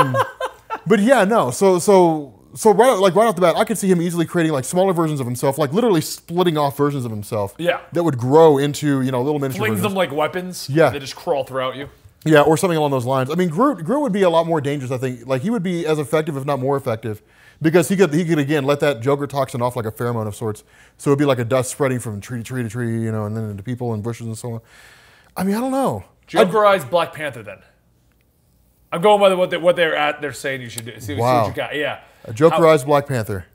[SPEAKER 2] but yeah, no. So so so right like right off the bat, I could see him easily creating like smaller versions of himself, like literally splitting off versions of himself.
[SPEAKER 1] Yeah.
[SPEAKER 2] That would grow into you know little miniature
[SPEAKER 1] Flings
[SPEAKER 2] versions.
[SPEAKER 1] them like weapons.
[SPEAKER 2] Yeah.
[SPEAKER 1] They just crawl throughout you.
[SPEAKER 2] Yeah, or something along those lines. I mean, Groot, Groot would be a lot more dangerous. I think like he would be as effective, if not more effective, because he could he could again let that Joker toxin off like a pheromone of sorts. So it'd be like a dust spreading from tree to tree to tree, you know, and then into people and bushes and so on. I mean, I don't know.
[SPEAKER 1] Jokerize Black Panther then. I'm going by the, what, they, what they're at. They're saying you should do. See, see
[SPEAKER 2] Wow.
[SPEAKER 1] what you got. Yeah.
[SPEAKER 2] A Jokerized Black Panther.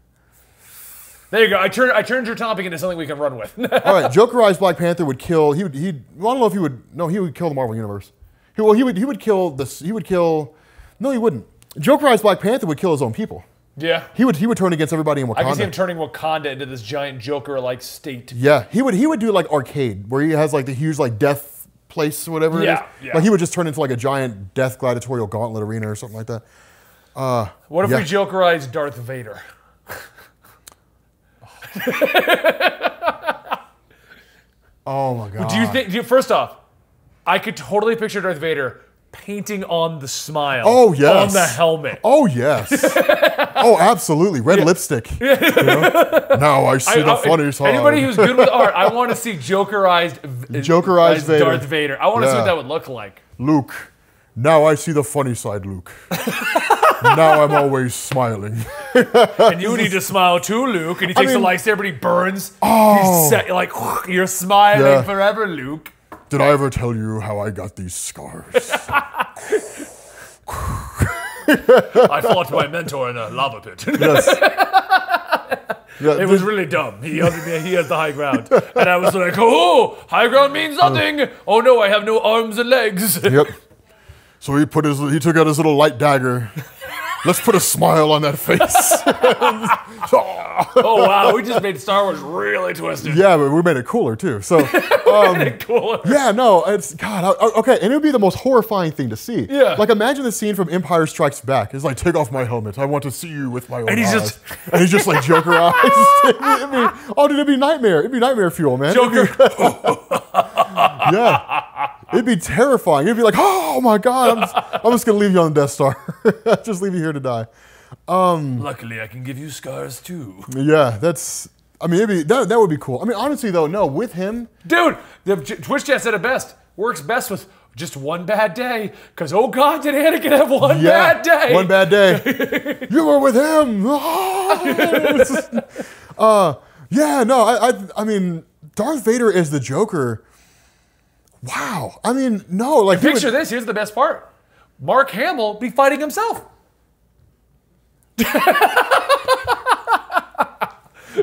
[SPEAKER 1] There you go. I turned I turned your topic into something we can run with.
[SPEAKER 2] All right, Jokerized Black Panther would kill. He would. He. Well, I don't know if he would. No, he would kill the Marvel Universe. He, well, he would. He would kill this. He would kill. No, he wouldn't. Jokerized Black Panther would kill his own people.
[SPEAKER 1] yeah.
[SPEAKER 2] He would. He would turn against everybody in Wakanda.
[SPEAKER 1] I can see him turning Wakanda into this giant Joker-like state.
[SPEAKER 2] yeah, he would. He would do like arcade, where he has like the huge like death place, whatever. it is.
[SPEAKER 1] Yeah, yeah.
[SPEAKER 2] Like he would just turn into like a giant death gladiatorial gauntlet arena or something like that.
[SPEAKER 1] What if we
[SPEAKER 2] Yeah.
[SPEAKER 1] Jokerize Darth Vader?
[SPEAKER 2] Oh my god.
[SPEAKER 1] Do you think? Do you, first off, I could totally picture Darth Vader painting on the smile.
[SPEAKER 2] Oh, yes.
[SPEAKER 1] on the helmet.
[SPEAKER 2] Oh yes. oh, absolutely. Red lipstick. You know? Now I see
[SPEAKER 1] I-
[SPEAKER 2] the
[SPEAKER 1] I-
[SPEAKER 2] funny side.
[SPEAKER 1] Anybody who's good with art, I want to see Jokerized, v-
[SPEAKER 2] Jokerized
[SPEAKER 1] as
[SPEAKER 2] Vader.
[SPEAKER 1] Darth Vader. I want to see what
[SPEAKER 2] Yeah.
[SPEAKER 1] that would look like.
[SPEAKER 2] Luke, now I see the funny side, Luke. now I'm always smiling.
[SPEAKER 1] And you need to smile too, Luke. And he takes
[SPEAKER 2] mean-
[SPEAKER 1] the lightsaber and he burns.
[SPEAKER 2] Oh.
[SPEAKER 1] He's set, like you're smiling
[SPEAKER 2] Yeah.
[SPEAKER 1] forever, Luke.
[SPEAKER 2] Did I ever tell you how I got these scars?
[SPEAKER 1] I fought my mentor in a lava pit.
[SPEAKER 2] yes. Yeah,
[SPEAKER 1] It was really dumb. He held me, he has the high ground. And I was like, oh, high ground means nothing. Oh no, I have no arms and legs.
[SPEAKER 2] th- yep. So he put his he took out his little light dagger. Let's put a smile on that face.
[SPEAKER 1] Oh wow, we just made Star Wars really twisted.
[SPEAKER 2] yeah, but we made it cooler too. So um,
[SPEAKER 1] Cool.
[SPEAKER 2] Yeah, no, it's God. I- I- okay, and it would be the most horrifying thing to see.
[SPEAKER 1] Yeah.
[SPEAKER 2] like imagine the scene from Empire Strikes Back. It's like, take off my helmet. I want to see you with my own
[SPEAKER 1] And he's
[SPEAKER 2] eyes.
[SPEAKER 1] just-
[SPEAKER 2] and he's just like Joker eyes. It'd be- oh, dude, it'd be nightmare. It'd be nightmare fuel, man.
[SPEAKER 1] Joker.
[SPEAKER 2] Yeah, it'd be terrifying. It'd be like, oh my God, I'm just, I'm just gonna leave you on the Death Star. just leave you here to die.
[SPEAKER 1] Luckily, I can give you scars too.
[SPEAKER 2] Yeah, that's. I mean, it'd be that, that would be cool. I mean, honestly though, no, with him,
[SPEAKER 1] Dude, the J- Twitch chat said it best. Works best with just one bad day. Because oh god, did Anakin have one bad
[SPEAKER 2] yeah,
[SPEAKER 1] day?
[SPEAKER 2] one bad day. you were with him. It's just- uh, yeah, no, I, I, I mean, Darth Vader is the Joker. Wow, I mean, no, like he would-
[SPEAKER 1] Picture this. Here's the best part. Mark Hamill be fighting himself.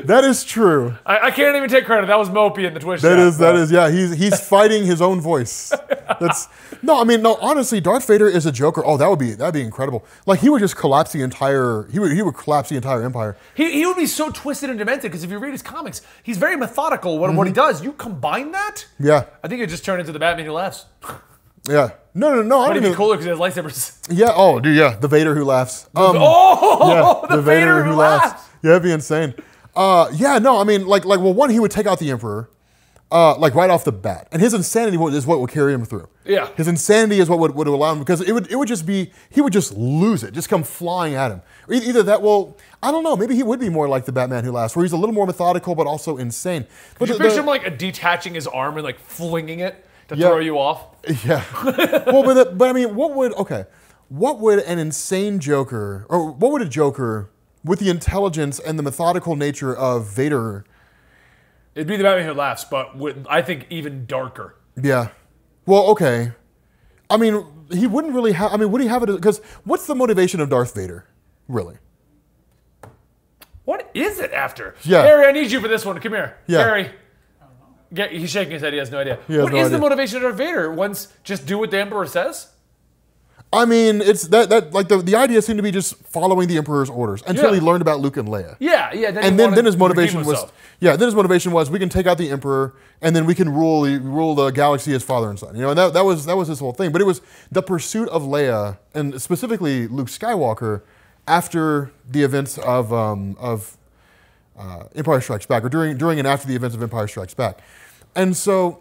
[SPEAKER 2] that is true.
[SPEAKER 1] I, I can't even take credit. That was Mopey in the Twitch
[SPEAKER 2] That
[SPEAKER 1] chat.
[SPEAKER 2] is, uh, that is, yeah. He's he's fighting his own voice. That's no, I mean, no. Honestly, Darth Vader is a Joker. Oh, that would be that'd be incredible. Like he would just collapse the entire. He would he would collapse the entire empire.
[SPEAKER 1] He, he would be so twisted and demented because if you read his comics, he's very methodical what,
[SPEAKER 2] Mm-hmm.
[SPEAKER 1] what he does. You combine that,
[SPEAKER 2] Yeah,
[SPEAKER 1] I think it just turned into the Batman who laughs.
[SPEAKER 2] yeah. No, no, no.
[SPEAKER 1] But
[SPEAKER 2] I don't
[SPEAKER 1] it'd be
[SPEAKER 2] even.
[SPEAKER 1] cooler because he has lightsabers.
[SPEAKER 2] Yeah. Oh, dude. Yeah, the Vader who laughs. Um,
[SPEAKER 1] Oh,
[SPEAKER 2] yeah, the, Vader, who laughs. Yeah, that'd be insane. Uh, yeah, no, I mean, like, like, well, one, he would take out the Emperor. uh, like right off the bat. And his insanity wa- is what will carry him through.
[SPEAKER 1] Yeah.
[SPEAKER 2] His insanity is what would, would allow him because it would it would just be he would just lose it, just come flying at him. Or e- Either that, well, I don't know. Maybe he would be more like the Batman Who Laughs, where he's a little more methodical but also insane. But
[SPEAKER 1] Could you
[SPEAKER 2] the-
[SPEAKER 1] picture
[SPEAKER 2] the-
[SPEAKER 1] him like detaching his arm and like flinging it to
[SPEAKER 2] Yeah.
[SPEAKER 1] throw you off?
[SPEAKER 2] Yeah. well, but, the, but I mean, what would okay? What would an insane Joker, or what would a Joker with the intelligence and the methodical nature of Vader?
[SPEAKER 1] It'd be the Batman who laughs, but with, I think even darker.
[SPEAKER 2] Yeah. Well, okay. I mean, he wouldn't really have. I mean, would he have it? Because what's the motivation of Darth Vader, really?
[SPEAKER 1] What is it after?
[SPEAKER 2] Yeah.
[SPEAKER 1] Harry, I need you for this one. Come here.
[SPEAKER 2] Yeah.
[SPEAKER 1] Harry. Get, he's shaking his head. He has no idea. What
[SPEAKER 2] He has
[SPEAKER 1] is the
[SPEAKER 2] no idea.
[SPEAKER 1] motivation of Darth Vader? Once, just do what the Emperor says?
[SPEAKER 2] I mean, it's that that like the, the idea seemed to be just following the Emperor's orders until
[SPEAKER 1] Yeah.
[SPEAKER 2] he learned about Luke and Leia.
[SPEAKER 1] Yeah, yeah. Then he
[SPEAKER 2] and then,
[SPEAKER 1] wanted
[SPEAKER 2] then his
[SPEAKER 1] to
[SPEAKER 2] motivation
[SPEAKER 1] redeem
[SPEAKER 2] was
[SPEAKER 1] himself.
[SPEAKER 2] yeah then his motivation was we can take out the emperor and then we can rule the rule the galaxy as father and son you know and that, that was that was his whole thing but it was the pursuit of leia and specifically luke skywalker after the events of um, of uh, empire strikes back or during during and after the events of empire strikes back and so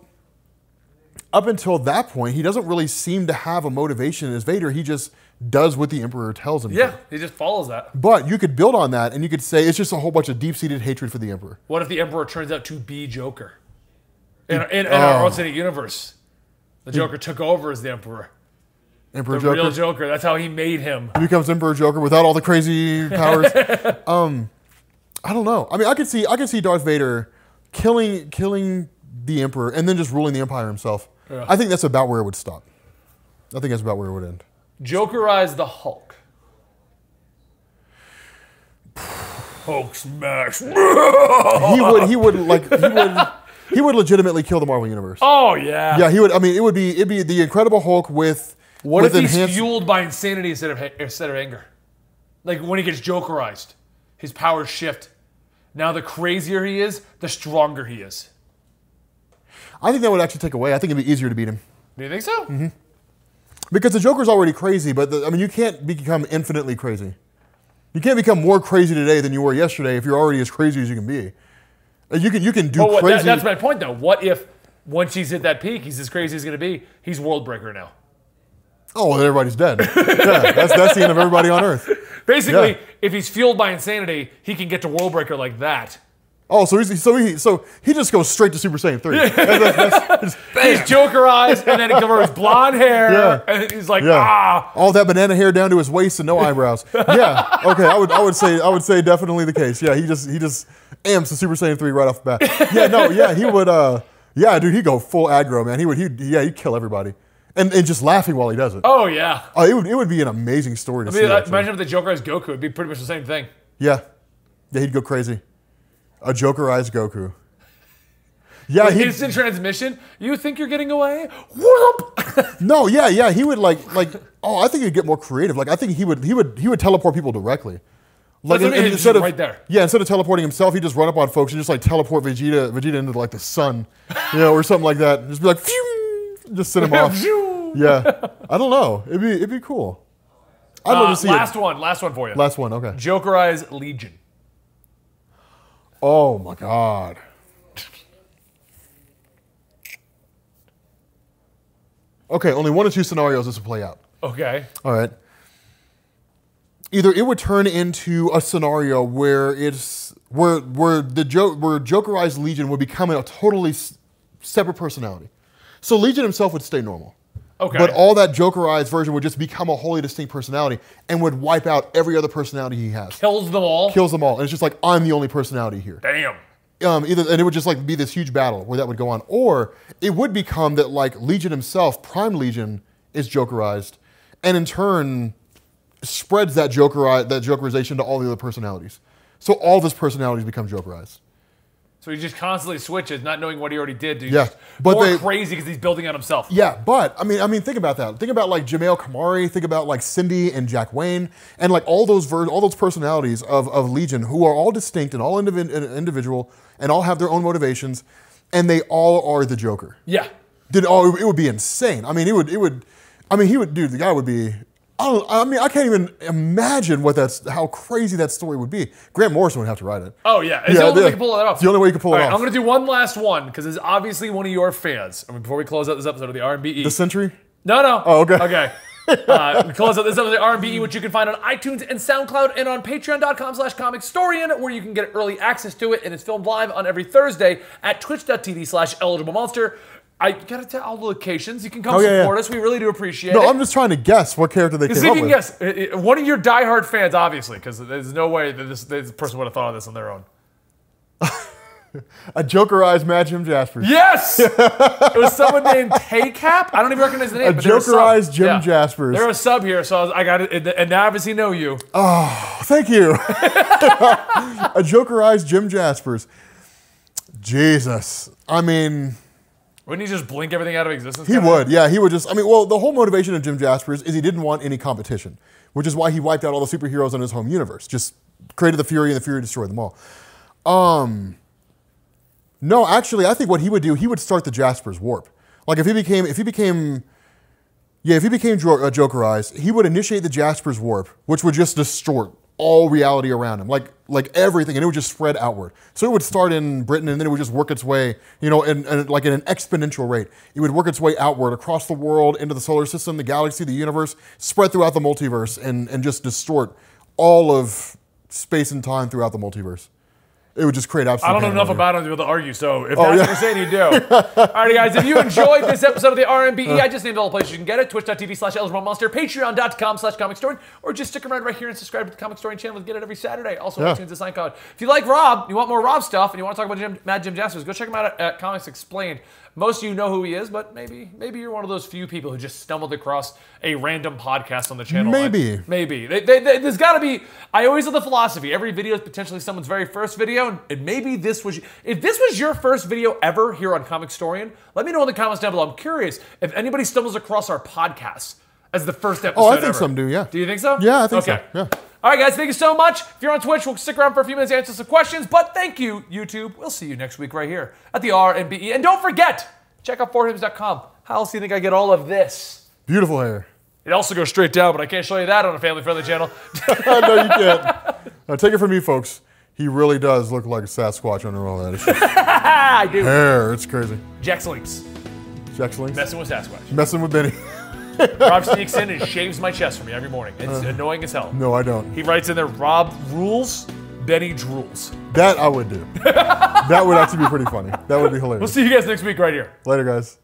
[SPEAKER 2] up until that point he doesn't really seem to have a motivation as vader he just does what the emperor tells him to.
[SPEAKER 1] Yeah, he just follows that.
[SPEAKER 2] But you could build on that and you could say it's just a whole bunch of deep seated hatred for the Emperor.
[SPEAKER 1] What if the Emperor turns out to be Joker? In, in, in our
[SPEAKER 2] Oh.
[SPEAKER 1] alternate universe, the Joker took over as the Emperor.
[SPEAKER 2] Emperor
[SPEAKER 1] The real
[SPEAKER 2] Joker.
[SPEAKER 1] Joker. That's how he made him.
[SPEAKER 2] He becomes Emperor Joker without all the crazy powers. um, I don't know. I mean, I could see I could see Darth Vader killing killing the Emperor and then just ruling the Empire himself. I think that's about where it would stop. I think that's about where it would end.
[SPEAKER 1] Jokerize the Hulk. Hulk smash.
[SPEAKER 2] He would he would like he would he would legitimately kill the Marvel universe.
[SPEAKER 1] Oh yeah.
[SPEAKER 2] Yeah, he would. I mean, it would be it'd be the Incredible Hulk with
[SPEAKER 1] What
[SPEAKER 2] with
[SPEAKER 1] if he's
[SPEAKER 2] enhanced-
[SPEAKER 1] fueled by insanity instead of ha- instead of anger? Like when he gets Jokerized, his powers shift. Now the crazier he is, the stronger he is.
[SPEAKER 2] I think that would actually take away. I think it'd be easier to beat him.
[SPEAKER 1] Do you think so?
[SPEAKER 2] Mm-hmm. Because the Joker's already crazy, but the, I mean, you can't become infinitely crazy. You can't become more crazy today than you were yesterday if you're already as crazy as you can be. Uh, You can you can do
[SPEAKER 1] But Oh, what, that-
[SPEAKER 2] crazy.
[SPEAKER 1] that's my point though. What if once he's hit that peak, he's as crazy as he's gonna be? He's world breaker now.
[SPEAKER 2] oh, then everybody's dead. yeah, that's that's the end of everybody on Earth.
[SPEAKER 1] Basically,
[SPEAKER 2] Yeah.
[SPEAKER 1] if he's fueled by insanity, he can get to world breaker like that.
[SPEAKER 2] Oh, so he's, so he so he just goes straight to Super Saiyan three. That's- that's- that's-
[SPEAKER 1] He's Jokerized, and then he covers blonde hair,
[SPEAKER 2] Yeah.
[SPEAKER 1] and he's like,
[SPEAKER 2] yeah.
[SPEAKER 1] ah.
[SPEAKER 2] All that banana hair down to his waist and no eyebrows. yeah. Okay. I would I would say I would say definitely the case. Yeah. He just he just amps the Super Saiyan three right off the bat. Yeah. No. Yeah. He would. uh Yeah, dude. He'd go full aggro, man. He would. He yeah. He'd kill everybody, and and just laughing while he does it.
[SPEAKER 1] Oh yeah.
[SPEAKER 2] Uh, it would it would be an amazing story to
[SPEAKER 1] I
[SPEAKER 2] see.
[SPEAKER 1] mean, like,
[SPEAKER 2] actually.
[SPEAKER 1] imagine if the Jokerized Goku would be pretty much the same thing.
[SPEAKER 2] Yeah. Yeah. He'd go crazy. A Jokerized Goku. Yeah. Uh, He.
[SPEAKER 1] Instant transmission. You think you're getting away? Whoop!
[SPEAKER 2] No. Yeah. Yeah. He would like like. Oh, I think he'd get more creative. Like I think he would he would he would teleport people directly. Like
[SPEAKER 1] That's what
[SPEAKER 2] in-
[SPEAKER 1] it
[SPEAKER 2] in-
[SPEAKER 1] is,
[SPEAKER 2] instead of
[SPEAKER 1] right there.
[SPEAKER 2] Yeah, instead of teleporting himself, he'd just run up on folks and just like teleport Vegeta Vegeta into like the sun, you know, or something like that. Just be like, phew, just send him off.
[SPEAKER 1] Phew.
[SPEAKER 2] yeah, I don't know. It'd be it'd be cool. I'd
[SPEAKER 1] Uh,
[SPEAKER 2] love to see
[SPEAKER 1] last
[SPEAKER 2] it.
[SPEAKER 1] one. Last one for you.
[SPEAKER 2] Last one. Okay.
[SPEAKER 1] Jokerize Legion.
[SPEAKER 2] Oh my god. Okay, only one or two scenarios this will play out.
[SPEAKER 1] Okay.
[SPEAKER 2] All right. Either it would turn into a scenario where it's where where the jo- where Jokerized Legion would become a totally s- separate personality. So Legion himself would stay normal,
[SPEAKER 1] Okay.
[SPEAKER 2] but all that Jokerized version would just become a wholly distinct personality and would wipe out every other personality he has.
[SPEAKER 1] kills them all.
[SPEAKER 2] Kills them all, and it's just like I'm the only personality here
[SPEAKER 1] Damn.
[SPEAKER 2] um, either and it would just like be this huge battle where that would go on, or it would become that like Legion himself, Prime Legion, is Jokerized, and in turn spreads that Jokeri that Jokerization to all the other personalities. So all of his personalities become Jokerized.
[SPEAKER 1] So he just constantly switches, not knowing what he already did. Dude.
[SPEAKER 2] Yeah, but
[SPEAKER 1] more
[SPEAKER 2] they-
[SPEAKER 1] crazy because he's building on himself.
[SPEAKER 2] Yeah, but I mean, I mean, think about that. Think about like Jamael Kamari. Think about like Cindy and Jack Wayne, and like all those ver- all those personalities of, of Legion who are all distinct and all indivi- and individual and all have their own motivations, and they all are the Joker.
[SPEAKER 1] Yeah.
[SPEAKER 2] Did oh, it would be insane. I mean, it would it would. I mean, he would dude. The guy would be. I, don't, I mean, I can't even imagine what that's how crazy that story would be. Grant Morrison would have to write it.
[SPEAKER 1] Oh yeah, it's the only way you can pull that off.
[SPEAKER 2] It's the only way you can pull
[SPEAKER 1] All
[SPEAKER 2] it
[SPEAKER 1] right,
[SPEAKER 2] off.
[SPEAKER 1] I'm gonna do one last one because it's obviously one of your fans. I mean, before we close out this episode of the RMBE,
[SPEAKER 2] the Century.
[SPEAKER 1] No, no.
[SPEAKER 2] Oh, okay.
[SPEAKER 1] Okay. uh, we close out this episode of R&B, which you can find on iTunes and SoundCloud and on patreon.com slash comicstorian, where you can get early access to it, and it's filmed live on every Thursday at twitch.tv slash eligible monster. I gotta tell all the locations. You can come
[SPEAKER 2] Oh, yeah, yeah.
[SPEAKER 1] support us. We really do appreciate
[SPEAKER 2] No,
[SPEAKER 1] it.
[SPEAKER 2] I'm just trying to guess what character they came
[SPEAKER 1] See if
[SPEAKER 2] up
[SPEAKER 1] you can
[SPEAKER 2] with.
[SPEAKER 1] guess. Uh, uh, One of your diehard fans, obviously, because there's no way that this, this person would have thought of this on their own.
[SPEAKER 2] A Jokerized Mad Jim Jaspers.
[SPEAKER 1] Yes! it was someone named Taycap. I don't even recognize the name.
[SPEAKER 2] A
[SPEAKER 1] but they're sub.
[SPEAKER 2] Jokerized Jim Jaspers.
[SPEAKER 1] They're a sub here, so I, was, I got it. And now I obviously know you.
[SPEAKER 2] Thank you. a Jokerized Jim Jaspers. Jesus. I mean,
[SPEAKER 1] Wouldn't he just blink everything out of existence?
[SPEAKER 2] he would. Yeah, he would just. I mean, well, the whole motivation of Jim Jaspers is he didn't want any competition, which is why he wiped out all the superheroes in his home universe. Just created the Fury, and the Fury destroyed them all. Um, no, actually, I think what he would do, he would start the Jaspers warp. Like if he became, if he became, yeah, if he became jo- uh, Jokerized, he would initiate the Jaspers warp, which would just distort all reality around him, like like everything, and it would just spread outward. So it would start in Britain, and then it would just work its way, you know, and like at an exponential rate. It would work its way outward across the world, into the solar system, the galaxy, the universe, spread throughout the multiverse, and and just distort all of space and time throughout the multiverse. It would just create absolute.
[SPEAKER 1] I don't know
[SPEAKER 2] havoc
[SPEAKER 1] enough
[SPEAKER 2] everywhere.
[SPEAKER 1] about him to be able to argue, so if
[SPEAKER 2] Oh,
[SPEAKER 1] that's what you're saying, you do. All right, guys, if you enjoyed this episode of the
[SPEAKER 2] Uh.
[SPEAKER 1] RMBE, E, I just named all the places you can get it. Twitch.tv slash eligible monster, patreon.com slash comic story, or just stick around right here and subscribe to the comic story channel and get it every Saturday. Also,
[SPEAKER 2] Yeah.
[SPEAKER 1] iTunes and sign code. If you like Rob, you want more Rob stuff, and you want to talk about Jim, Mad Jim Jaspers, go check him out at, at Comics Explained. Most of you know who he is, but maybe maybe you're one of those few people who just stumbled across a random podcast on the channel.
[SPEAKER 2] Maybe.
[SPEAKER 1] I- Maybe. They, they, they- there's got to be. I always have the philosophy every video is potentially someone's very first video, and, and maybe this was. If this was your first video ever here on Comic Storian, let me know in the comments down below. I'm curious if anybody stumbles across our podcast as the first episode.
[SPEAKER 2] Oh, think
[SPEAKER 1] ever.
[SPEAKER 2] some do, yeah.
[SPEAKER 1] Do you think so?
[SPEAKER 2] Yeah, I think so,
[SPEAKER 1] okay.
[SPEAKER 2] yeah.
[SPEAKER 1] All right, guys, thank you so much. If you're on Twitch, we'll stick around for a few minutes to answer some questions. But thank you, YouTube. We'll see you next week right here at the RNBE. And don't forget, check out 4hims.com. How else do you think I get all of this?
[SPEAKER 2] Beautiful hair.
[SPEAKER 1] It also goes straight down, but I can't show you that on a family-friendly channel.
[SPEAKER 2] no, you can't. Now, take it from me, folks. He really does look like a Sasquatch under all that. It's just
[SPEAKER 1] I do.
[SPEAKER 2] hair. It's crazy.
[SPEAKER 1] Jack Slinks,
[SPEAKER 2] Jack Slings.
[SPEAKER 1] messing with Sasquatch.
[SPEAKER 2] Messing with Benny.
[SPEAKER 1] Rob sneaks in and shaves my chest for me every morning. It's annoying as hell.
[SPEAKER 2] No, I don't.
[SPEAKER 1] He writes in there, Rob rules, Benny drools.
[SPEAKER 2] That I would do. that would actually be pretty funny. That would be
[SPEAKER 1] We'll
[SPEAKER 2] hilarious.
[SPEAKER 1] see you guys next week right here.
[SPEAKER 2] Later, guys.